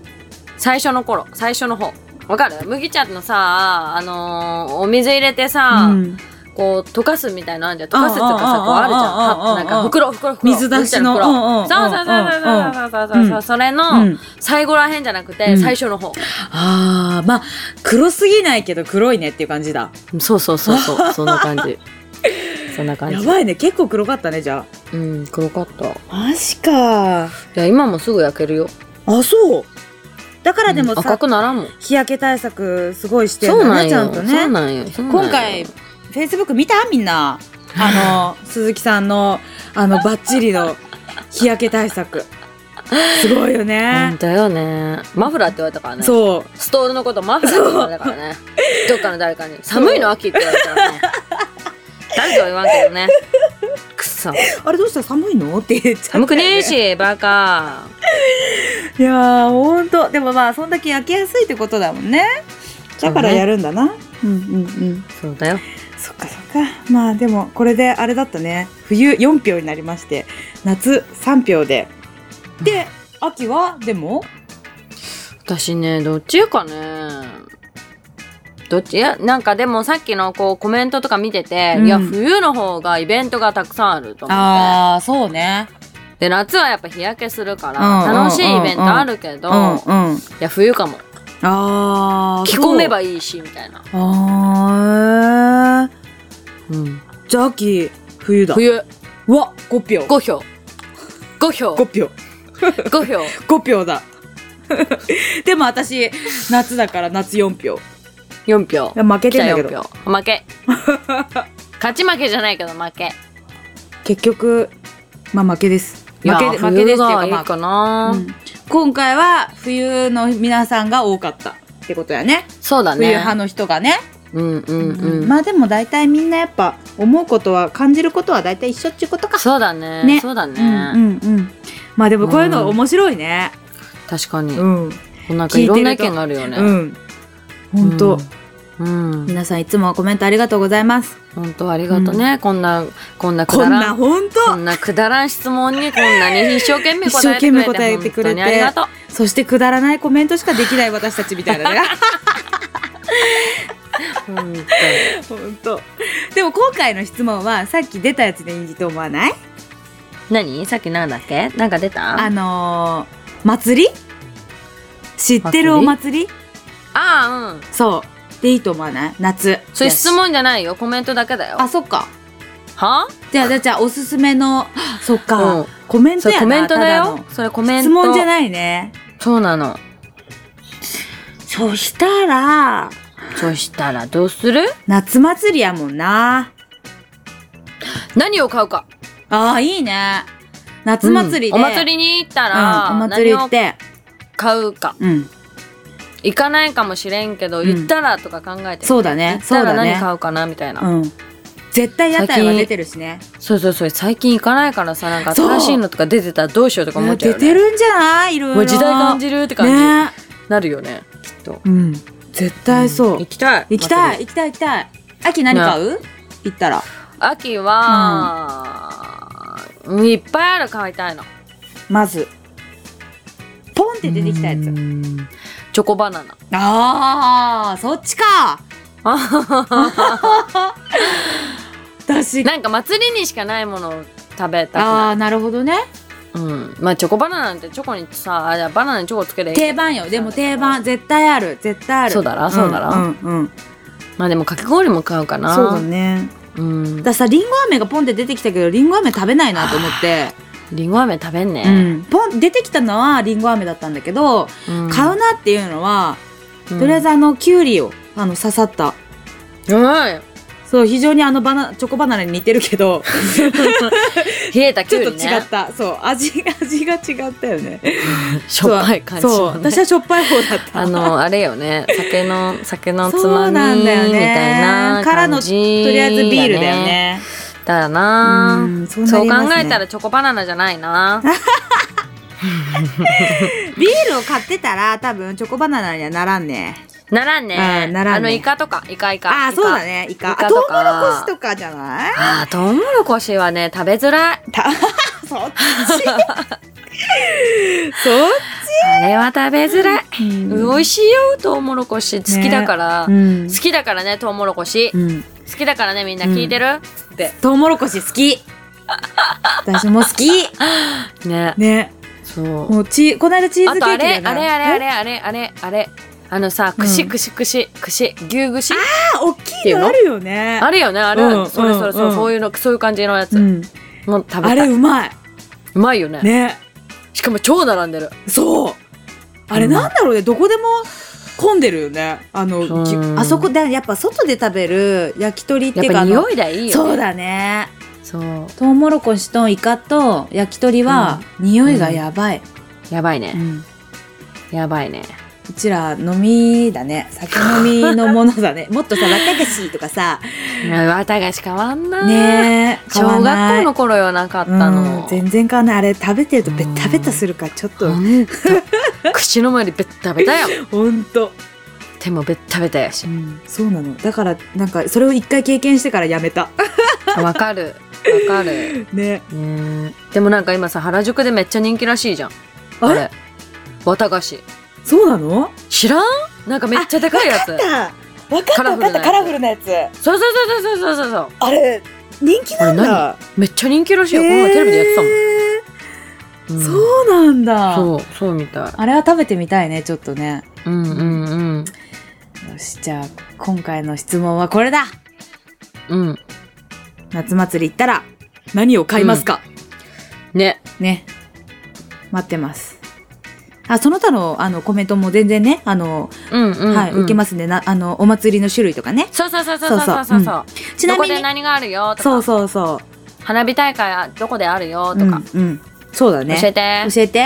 S2: 最初の頃最初の方わかる麦茶のさあのーお水入れてさ、
S1: うん
S2: こう溶かすみたいなのあるじゃん溶かすっていうかさ
S1: ああ
S2: こうあるじゃん
S1: ああああ
S2: はなん
S1: ああ
S2: か袋袋袋
S1: 水出しの
S2: 麦茶
S1: うんうん
S2: 袋そうそうそうそうそうそうそうそうそれ
S1: う
S2: の
S1: ん
S2: 最後らへんじゃなく
S1: う
S2: て
S1: ん
S2: 最初の方
S1: あーまあ黒すぎないけど黒いねっていう感じだ
S2: そうそうそうそうそんな感じそんな感
S1: や
S2: じ
S1: ばいね結構黒かったねじゃ
S2: うん黒かったい
S1: あマジかあ
S2: や今もすぐ焼けるよ
S1: そうだからでも
S2: う
S1: さ、
S2: ん赤くならんもん
S1: 日焼け対策すごいしてる
S2: そ
S1: ん
S2: う
S1: だ
S2: なん
S1: ね
S2: よ
S1: ちゃんと
S2: そう
S1: ね
S2: なんよそうなんよ
S1: 今回フェイスブック見たみんなあの 鈴木さんのあのバッチリの日焼け対策すごいよ
S2: 本
S1: ね、
S2: 当よねマフラーって言われたからね
S1: そう
S2: ストールのことマフラーって言われたからね。どっかの誰かに。寒いの秋って言われ たらね。誰とは言わんけどね。く そ。
S1: あれどうした寒いのって言っちゃったよ
S2: 寒くねえし、バカ。
S1: いやーほんとでもまあそんだけ焼けやすいってことだもんねだからやるんだなう,、んうんうん
S2: そうだよ
S1: そっかそっかまあでもこれであれだったね冬4票になりまして夏3票でで秋はでも
S2: 私ねどっちかねどっちいやなんかでもさっきのこうコメントとか見てて、
S1: うん
S2: いや冬の方がイベントがたくさんあると思って
S1: ああそうね
S2: で夏はやっぱ日焼けする
S1: う
S2: か
S1: んうん
S2: ら楽しいイベントあるけど、
S1: うんうん
S2: いや冬かも
S1: ああ
S2: 着込めばいいしみたいな、
S1: あーじゃあ秋冬だ
S2: 冬
S1: うわ5票
S2: 5票5票
S1: 5票
S2: 5票
S1: 5票だ でも私夏だから夏4票
S2: 4票
S1: 負けてんだけ
S2: 来た
S1: ど
S2: よ 票負け勝ち負けじゃないけど負け
S1: 結局まあ負けです負
S2: いや
S1: けで負けですっていう
S2: 冬が
S1: か
S2: いい
S1: まあ
S2: かな、
S1: うん今回は冬の皆さんが多かったってことやね
S2: そうだ
S1: 冬
S2: ね
S1: 派の人がね
S2: うんうんうん、
S1: まあでも大体みんなやっぱ思うことは感じることは大体一緒っちゅうことか
S2: そうだね
S1: ね
S2: そうだね、
S1: うんうんうんまあでもこういうの面白いね
S2: 確かに、
S1: うん
S2: なんかいろんな意見があるよね
S1: うん本当
S2: うん、うん
S1: 皆さんいつもコメントありがとうございます
S2: 本当ありがとうね、こんなこんなく
S1: こ
S2: だ
S1: ん
S2: ら
S1: なん本
S2: こ
S1: 当
S2: んなくだらん質問にこんなに一生懸命答えてくれて
S1: 一生懸命答えてくれて
S2: 本当にありがとう
S1: そしてくだらないコメントしかできない私たちみたいなね
S2: 本
S1: 本当でも今回の質問はさっき出たやつでいいと思わない
S2: 当何さっきなんだっけなんか出た
S1: あのー祭り知ってるお祭り
S2: あーうん
S1: そう。でいいと思わない夏。
S2: それ質問じゃないよコメントだけだよ
S1: あ、そっか。
S2: は
S1: じゃあ、じゃあじゃあ、おすすめの、そっか、
S2: うん
S1: コメント
S2: それ
S1: やな
S2: コメントだ
S1: た
S2: よ
S1: の
S2: それコメント
S1: 質問じゃないね。
S2: そうなの
S1: そしたら、
S2: そしたらどうする
S1: 夏祭りやもんな。
S2: 何を買うか
S1: ああ、いいね。夏祭りで。
S2: うんお祭りに行ったら、
S1: うんお祭り行って。
S2: 何を買うか
S1: うん。
S2: 行かないかもしれんけど、
S1: うん
S2: 行ったらとか考えて
S1: そうだね
S2: 行ったら
S1: そうだね
S2: 何買うかなみたいな、
S1: うん。絶対屋台は出てるしね。
S2: そうそうそう最近行かないからさなんか
S1: そう
S2: 新しいのとか出てたらどうしようとか思っちゃう
S1: 出
S2: よ、ね、
S1: てるんじゃないいろいろ。
S2: もう時代感じ
S1: る
S2: るって感じ、
S1: ね。
S2: なるよねきっと
S1: うん。絶対そう。
S2: 行きたい
S1: 行きたい
S2: 祭り
S1: 行きたい行きたい秋何買う行ったら
S2: 秋は、いっぱいある買いたいの
S1: まずポンって出てきたや
S2: う
S1: つ
S2: んチョコバナナ
S1: あーそっちか 私
S2: なんか祭りにしかないものを食べたく
S1: あ
S2: な
S1: あなるほどね
S2: いうんまあチョコバナナなんてチョコにさあじゃあバナナにチョコつけていい
S1: 定番よでも定番絶対ある絶対ある
S2: そうだなんそうだな
S1: うんうん
S2: まあでもかき氷も買うかな
S1: そうだね
S2: うん
S1: だからさりんご飴がポンって出てきたけどりんご飴食べないなと思って
S2: りんご飴食べん
S1: う
S2: ね、
S1: んポン出てきたのはりんご飴だったんだけど
S2: うん
S1: 買うなっていうのは
S2: うん
S1: とりあえずあのきゅうりをあの刺さった
S2: うん
S1: そう非常にあのバナチョコバナナに似てるけ ど
S2: 冷えたき
S1: ち
S2: ゅ
S1: ょ
S2: う
S1: っと
S2: り
S1: 違
S2: ね
S1: った、そう味が味が違ったよね
S2: しょっぱい感じ
S1: そう
S2: のね
S1: 私はしょっぱい方だった
S2: あのあれよね酒の酒の つ
S1: そ
S2: ま
S1: う
S2: みみ
S1: な
S2: たい
S1: んだよね
S2: な
S1: からの
S2: 感
S1: と
S2: じ
S1: りあえずビールだよね
S2: だよな
S1: うんそうな
S2: そう
S1: り
S2: 考
S1: ますね
S2: えたらチョコバナナじゃないな
S1: ビールを買ってたら多分チョコバナナにはならんね
S2: ならんね
S1: うんならんね
S2: あのイカとかイカイカ
S1: ああ
S2: イ
S1: ーそ
S2: カ
S1: うだねイカ
S2: イカ
S1: あ
S2: と
S1: トウモロ
S2: か
S1: コシとかじゃない
S2: あートウモロコシはね食べづらい
S1: たそ っちそっ
S2: あれは食べづらい、
S1: ち
S2: 美味しいよトウモロコシ好きだから、
S1: うん
S2: 好きだからねトウモロコシ、
S1: うん
S2: 好きだからねみんな聞いてる、って
S1: トウモロコシ好き私も好き
S2: ね
S1: ね
S2: そう
S1: もうチーこの間チー
S2: あ
S1: ズ
S2: と
S1: ケ
S2: あ
S1: ーキ
S2: れ
S1: で
S2: あれあれあれあれあれあれあのさ串
S1: うん
S2: 串串串牛串
S1: あ大きいのあるよね
S2: あるよねある、
S1: うん
S2: それそれそう、
S1: うん
S2: そういうのそういう感じのやつ、
S1: うん
S2: もう食べ
S1: あ
S2: た
S1: れ
S2: いう
S1: まい
S2: まいよね
S1: ね
S2: しかも超並んでる
S1: そうあれなんだろうねどこでも混んでるよねあのぎ
S2: うん
S1: あそこでやっぱ外で食べる焼き鳥って
S2: やっ
S1: いうか
S2: ぱ
S1: あの
S2: 匂いだいいよ、ね、
S1: そうだね
S2: そう
S1: トウモロコシとイカと焼き鳥は匂いがやばい
S2: やばいうね
S1: ん
S2: やばいね
S1: うちら飲みだね酒飲みのものだ ねもっとさ綿菓子とかさ
S2: 綿菓子変わんない
S1: ねえ買わ
S2: 小
S1: ない
S2: 学校の頃よなかったの、
S1: うん全然買わないあれ食べてるとベタベタするからちょっと、
S2: ほんと 口の周りベッタベタや
S1: ほんと、
S2: 手もベッタベタや し
S1: うん、そうなのだからなんかそれを一回経験してからやめた
S2: わかるわかる
S1: ね
S2: ねでもなんか今さ原宿でめっちゃ人気らしいじゃん
S1: あ
S2: あ
S1: れ
S2: れ綿菓子
S1: そうなの
S2: 知らんなんかめっちゃでかいや つ
S1: わかったわかったカ
S2: カ
S1: ラ
S2: ラ
S1: フ
S2: フ
S1: ルなやつ
S2: そうそうそうそうそうそうそう
S1: あれ人気なんだ
S2: めっちゃ人気らしい
S1: へ
S2: よ、
S1: ー
S2: この前テレビでやってたもん、うん
S1: そうなんだ
S2: そうそうみたい
S1: あれは食べてみたいねちょっとね
S2: うんうんうん
S1: よしじゃあ今回の質問はこれだ
S2: うん
S1: 夏祭り行ったら何を買いますか、
S2: ね
S1: ね待ってますあその他のあのコメントも全然ねあの、
S2: うんうん、うん、
S1: はい、受けますんでなあのお祭りの種類とかね
S2: そうそうそうそうそうそうそう
S1: ち
S2: ど
S1: な
S2: こ
S1: みに
S2: で何があるよとか
S1: そうそうそ
S2: 花火大会はどこであるよ
S1: う
S2: とか、
S1: うん、うん、そうだね
S2: 教えて
S1: 教えて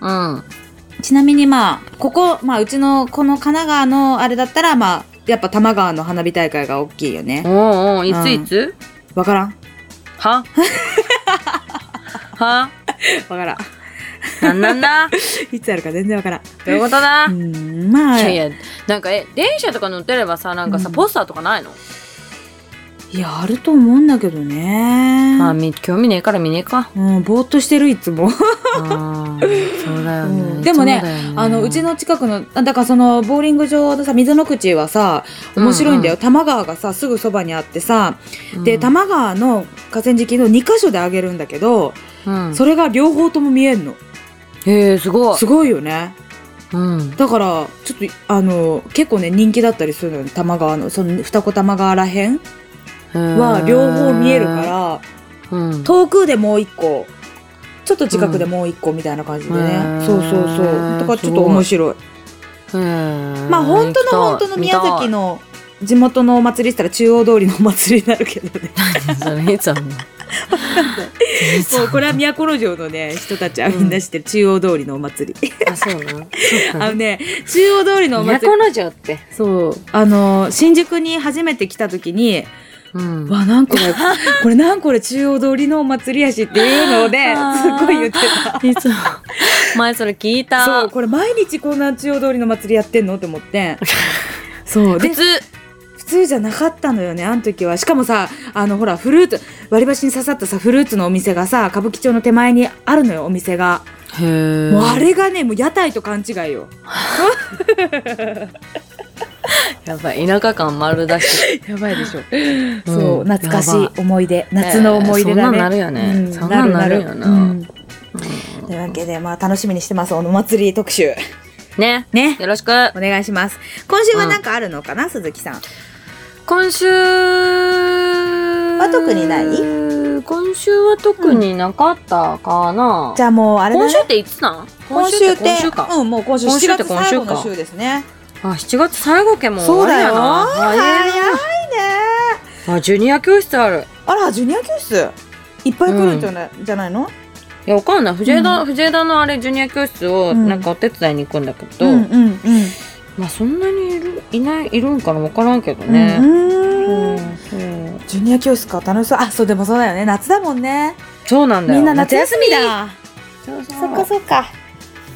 S2: うん
S1: ちなみにまあここ、まあ、うちのこの神奈川のあれだったらまあやっぱ多摩川の花火大会が大きいよね
S2: おうおうい
S1: うん
S2: ついつ、
S1: わ からん
S2: はは
S1: わからん
S2: なんなんだ
S1: いつあるか全然わからん
S2: どういうことだ、
S1: う
S2: い
S1: ーんまあ
S2: やいやなんかえ電車とか乗ってればさなんかさ、
S1: うん
S2: ポスターとかないの、
S1: いやあると思うんだけどね
S2: まあみ興味ねえから見ねえ か
S1: うん、ぼーっとしてるいつも、
S2: あーそうだよね、
S1: うんでもね
S2: そうだよ
S1: あのうちの近くのあだからそのボーリング場のさ溝の口はさ面白いんだよ、多摩川がさすぐそばにあってさ、で多、摩川の河川敷の2箇所であげるんだけど、
S2: うんうん
S1: それが両方とも見えるの
S2: へえすごい
S1: すごいよね
S2: うん、
S1: だからちょっとあの結構ね人気だったりするのよね多摩川のその二子玉川らへんは両方見えるから
S2: うん、
S1: 遠くでもう一個ちょっと近くでもう一個みたいな感じでね、
S2: へー
S1: そうそうそうだからちょっと面白いま
S2: ま
S1: あ本当の本当の宮崎の地元のお祭りしたら中央通りのお祭りになるけどね
S2: それい つ あんのいつあん
S1: そ
S2: の
S1: うこれは都城のね人たちはみんな知ってる中央通りのお祭り
S2: あそうなの
S1: あのね中央通りのお祭り
S2: 都の城って
S1: そうあの新宿に初めて来た時に
S2: うん
S1: わなんこ れこれなんこれ中央通りのお祭りやしっていうので
S2: あ
S1: す
S2: ー
S1: ごい言ってた
S2: いつも前それ聞いた
S1: そうこれ毎日こんな中央通りのお祭りやってんのって思って そうで
S2: 普通
S1: 普通じゃなかったのよねあの時はしかもさあのほらフルーツ割り箸に刺さったさフルーツのお店がさ歌舞伎町の手前にあるのよお店が、
S2: へえ
S1: もうあれがねもう屋台と勘違いよ
S2: やばい田舎感丸出し
S1: やばいでし ょ、
S2: うん
S1: そう懐かし
S2: や
S1: い
S2: ば
S1: 思い出夏の思い出だね、
S2: えーそんなんなるよ
S1: うん
S2: ねそんなんなるよな
S1: うんというわけでまあ楽しみにしてますお祭り特集
S2: ね
S1: ね
S2: よろしく
S1: お願いします今週は何かあるのかな、鈴木さん
S2: 今週は
S1: 特にない
S2: 今週は特になかったかな、
S1: じゃあもうあれだ
S2: 今
S1: ね
S2: 週っていつなん
S1: 今週っ
S2: 今
S1: て
S2: 週か、
S1: うんもう今週7
S2: 今週って
S1: 月
S2: 今
S1: 最
S2: 週
S1: 後
S2: か
S1: の週ですね
S2: あ7月最後けも終
S1: そう
S2: わり
S1: だ
S2: や
S1: よ
S2: な
S1: 早い
S2: いな
S1: ね
S2: あジュニア教室ある
S1: あら、ジュニア教室いっぱい来るんじゃない,、じゃないの
S2: いやわかんない藤枝、藤枝のあれジュニア教室を
S1: うん
S2: なんかお手伝いに行くんだけど、
S1: うんうんうん。
S2: まあそんなにいるいないいるんかなわからんけど
S1: う
S2: ね、
S1: んう
S2: うん
S1: ん
S2: そう
S1: ジュニア教室か、楽しそう。あ、そう、でもそうだよね。夏だもんね。
S2: そうなんだよ
S1: みんな夏休みだ。
S2: そうそう
S1: そっかそっか。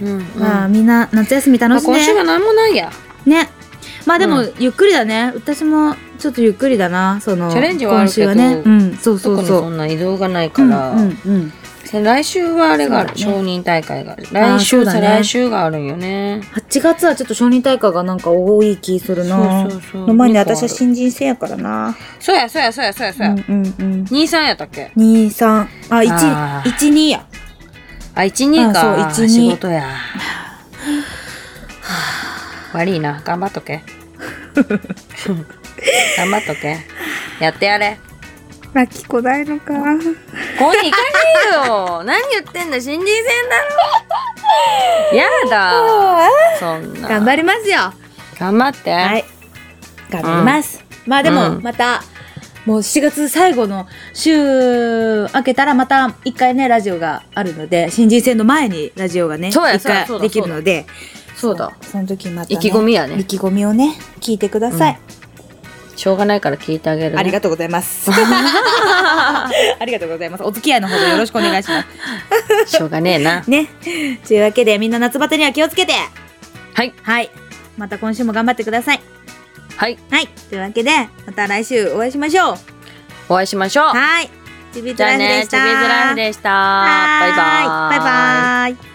S2: うんうん
S1: まあ、みんな夏休み
S2: ま
S1: 楽
S2: あ
S1: しん
S2: 今週
S1: で。
S2: は何もないや
S1: ね。まあでも、
S2: う
S1: ゆっくりだね。私もちょっとゆっくりだな。その、
S2: チャレンジはあるけど
S1: 今週はね。うん、そうそ
S2: 特
S1: う
S2: に
S1: そう。
S2: そんな移動がないから、
S1: うんうんうん。
S2: で来週はあれがある、
S1: そうだ
S2: 承認大会がある来
S1: そ
S2: 週
S1: うだ
S2: 再
S1: ね
S2: 来週があるんよね
S1: 8月はちょっと小児大会がなんか多い気するな。
S2: そうそうそう
S1: の前に
S2: 二個ある
S1: 私は新人生やからな。
S2: そうやそうやそうやそうやそ
S1: う
S2: うや、
S1: んうんうん。
S2: 兄さんやったっけ
S1: 2、3、あ、
S2: あ
S1: 1、
S2: ー
S1: 1、2や。
S2: あ12
S1: あ
S2: か
S1: そう12
S2: 仕事や悪いな頑張っ とけ頑張っとけやってやれ
S1: 泣きこないのか。
S2: こうに行かねえよ 何言ってんだ新人戦だ ろやだそんな
S1: 頑張りますよ。
S2: 頑張って、
S1: はい。頑張ります。まあでも、
S2: うん
S1: また、もう7月最後の週明けたらまた一回ね、ラジオがあるので、新人戦の前にラジオがね、
S2: そうや
S1: 一回
S2: そうやそうだ
S1: できるので、
S2: そうだ
S1: その時また、ね、
S2: 意気込みや
S1: 意
S2: ね
S1: 気込みをね、聞いてください。
S2: しょうがないから聞いてあげる、ね、
S1: ありがとう ございます。ありがとうございます。お付き合いのほどよろしくお願いします。
S2: しょうがねえな
S1: ね。というわけで、みんな夏バテには気をつけて
S2: はい
S1: はい。また今週も頑張ってください。
S2: はい
S1: はい。というわけで、また来週お会いしましょう。
S2: お会いしましょう
S1: はい。チビー
S2: じ
S1: ト
S2: ゃ
S1: ラ
S2: あ
S1: イフで
S2: ね
S1: し
S2: チ
S1: た。
S2: ビーズライフでした
S1: は
S2: バイ
S1: ーい
S2: バーイ
S1: バイバイ。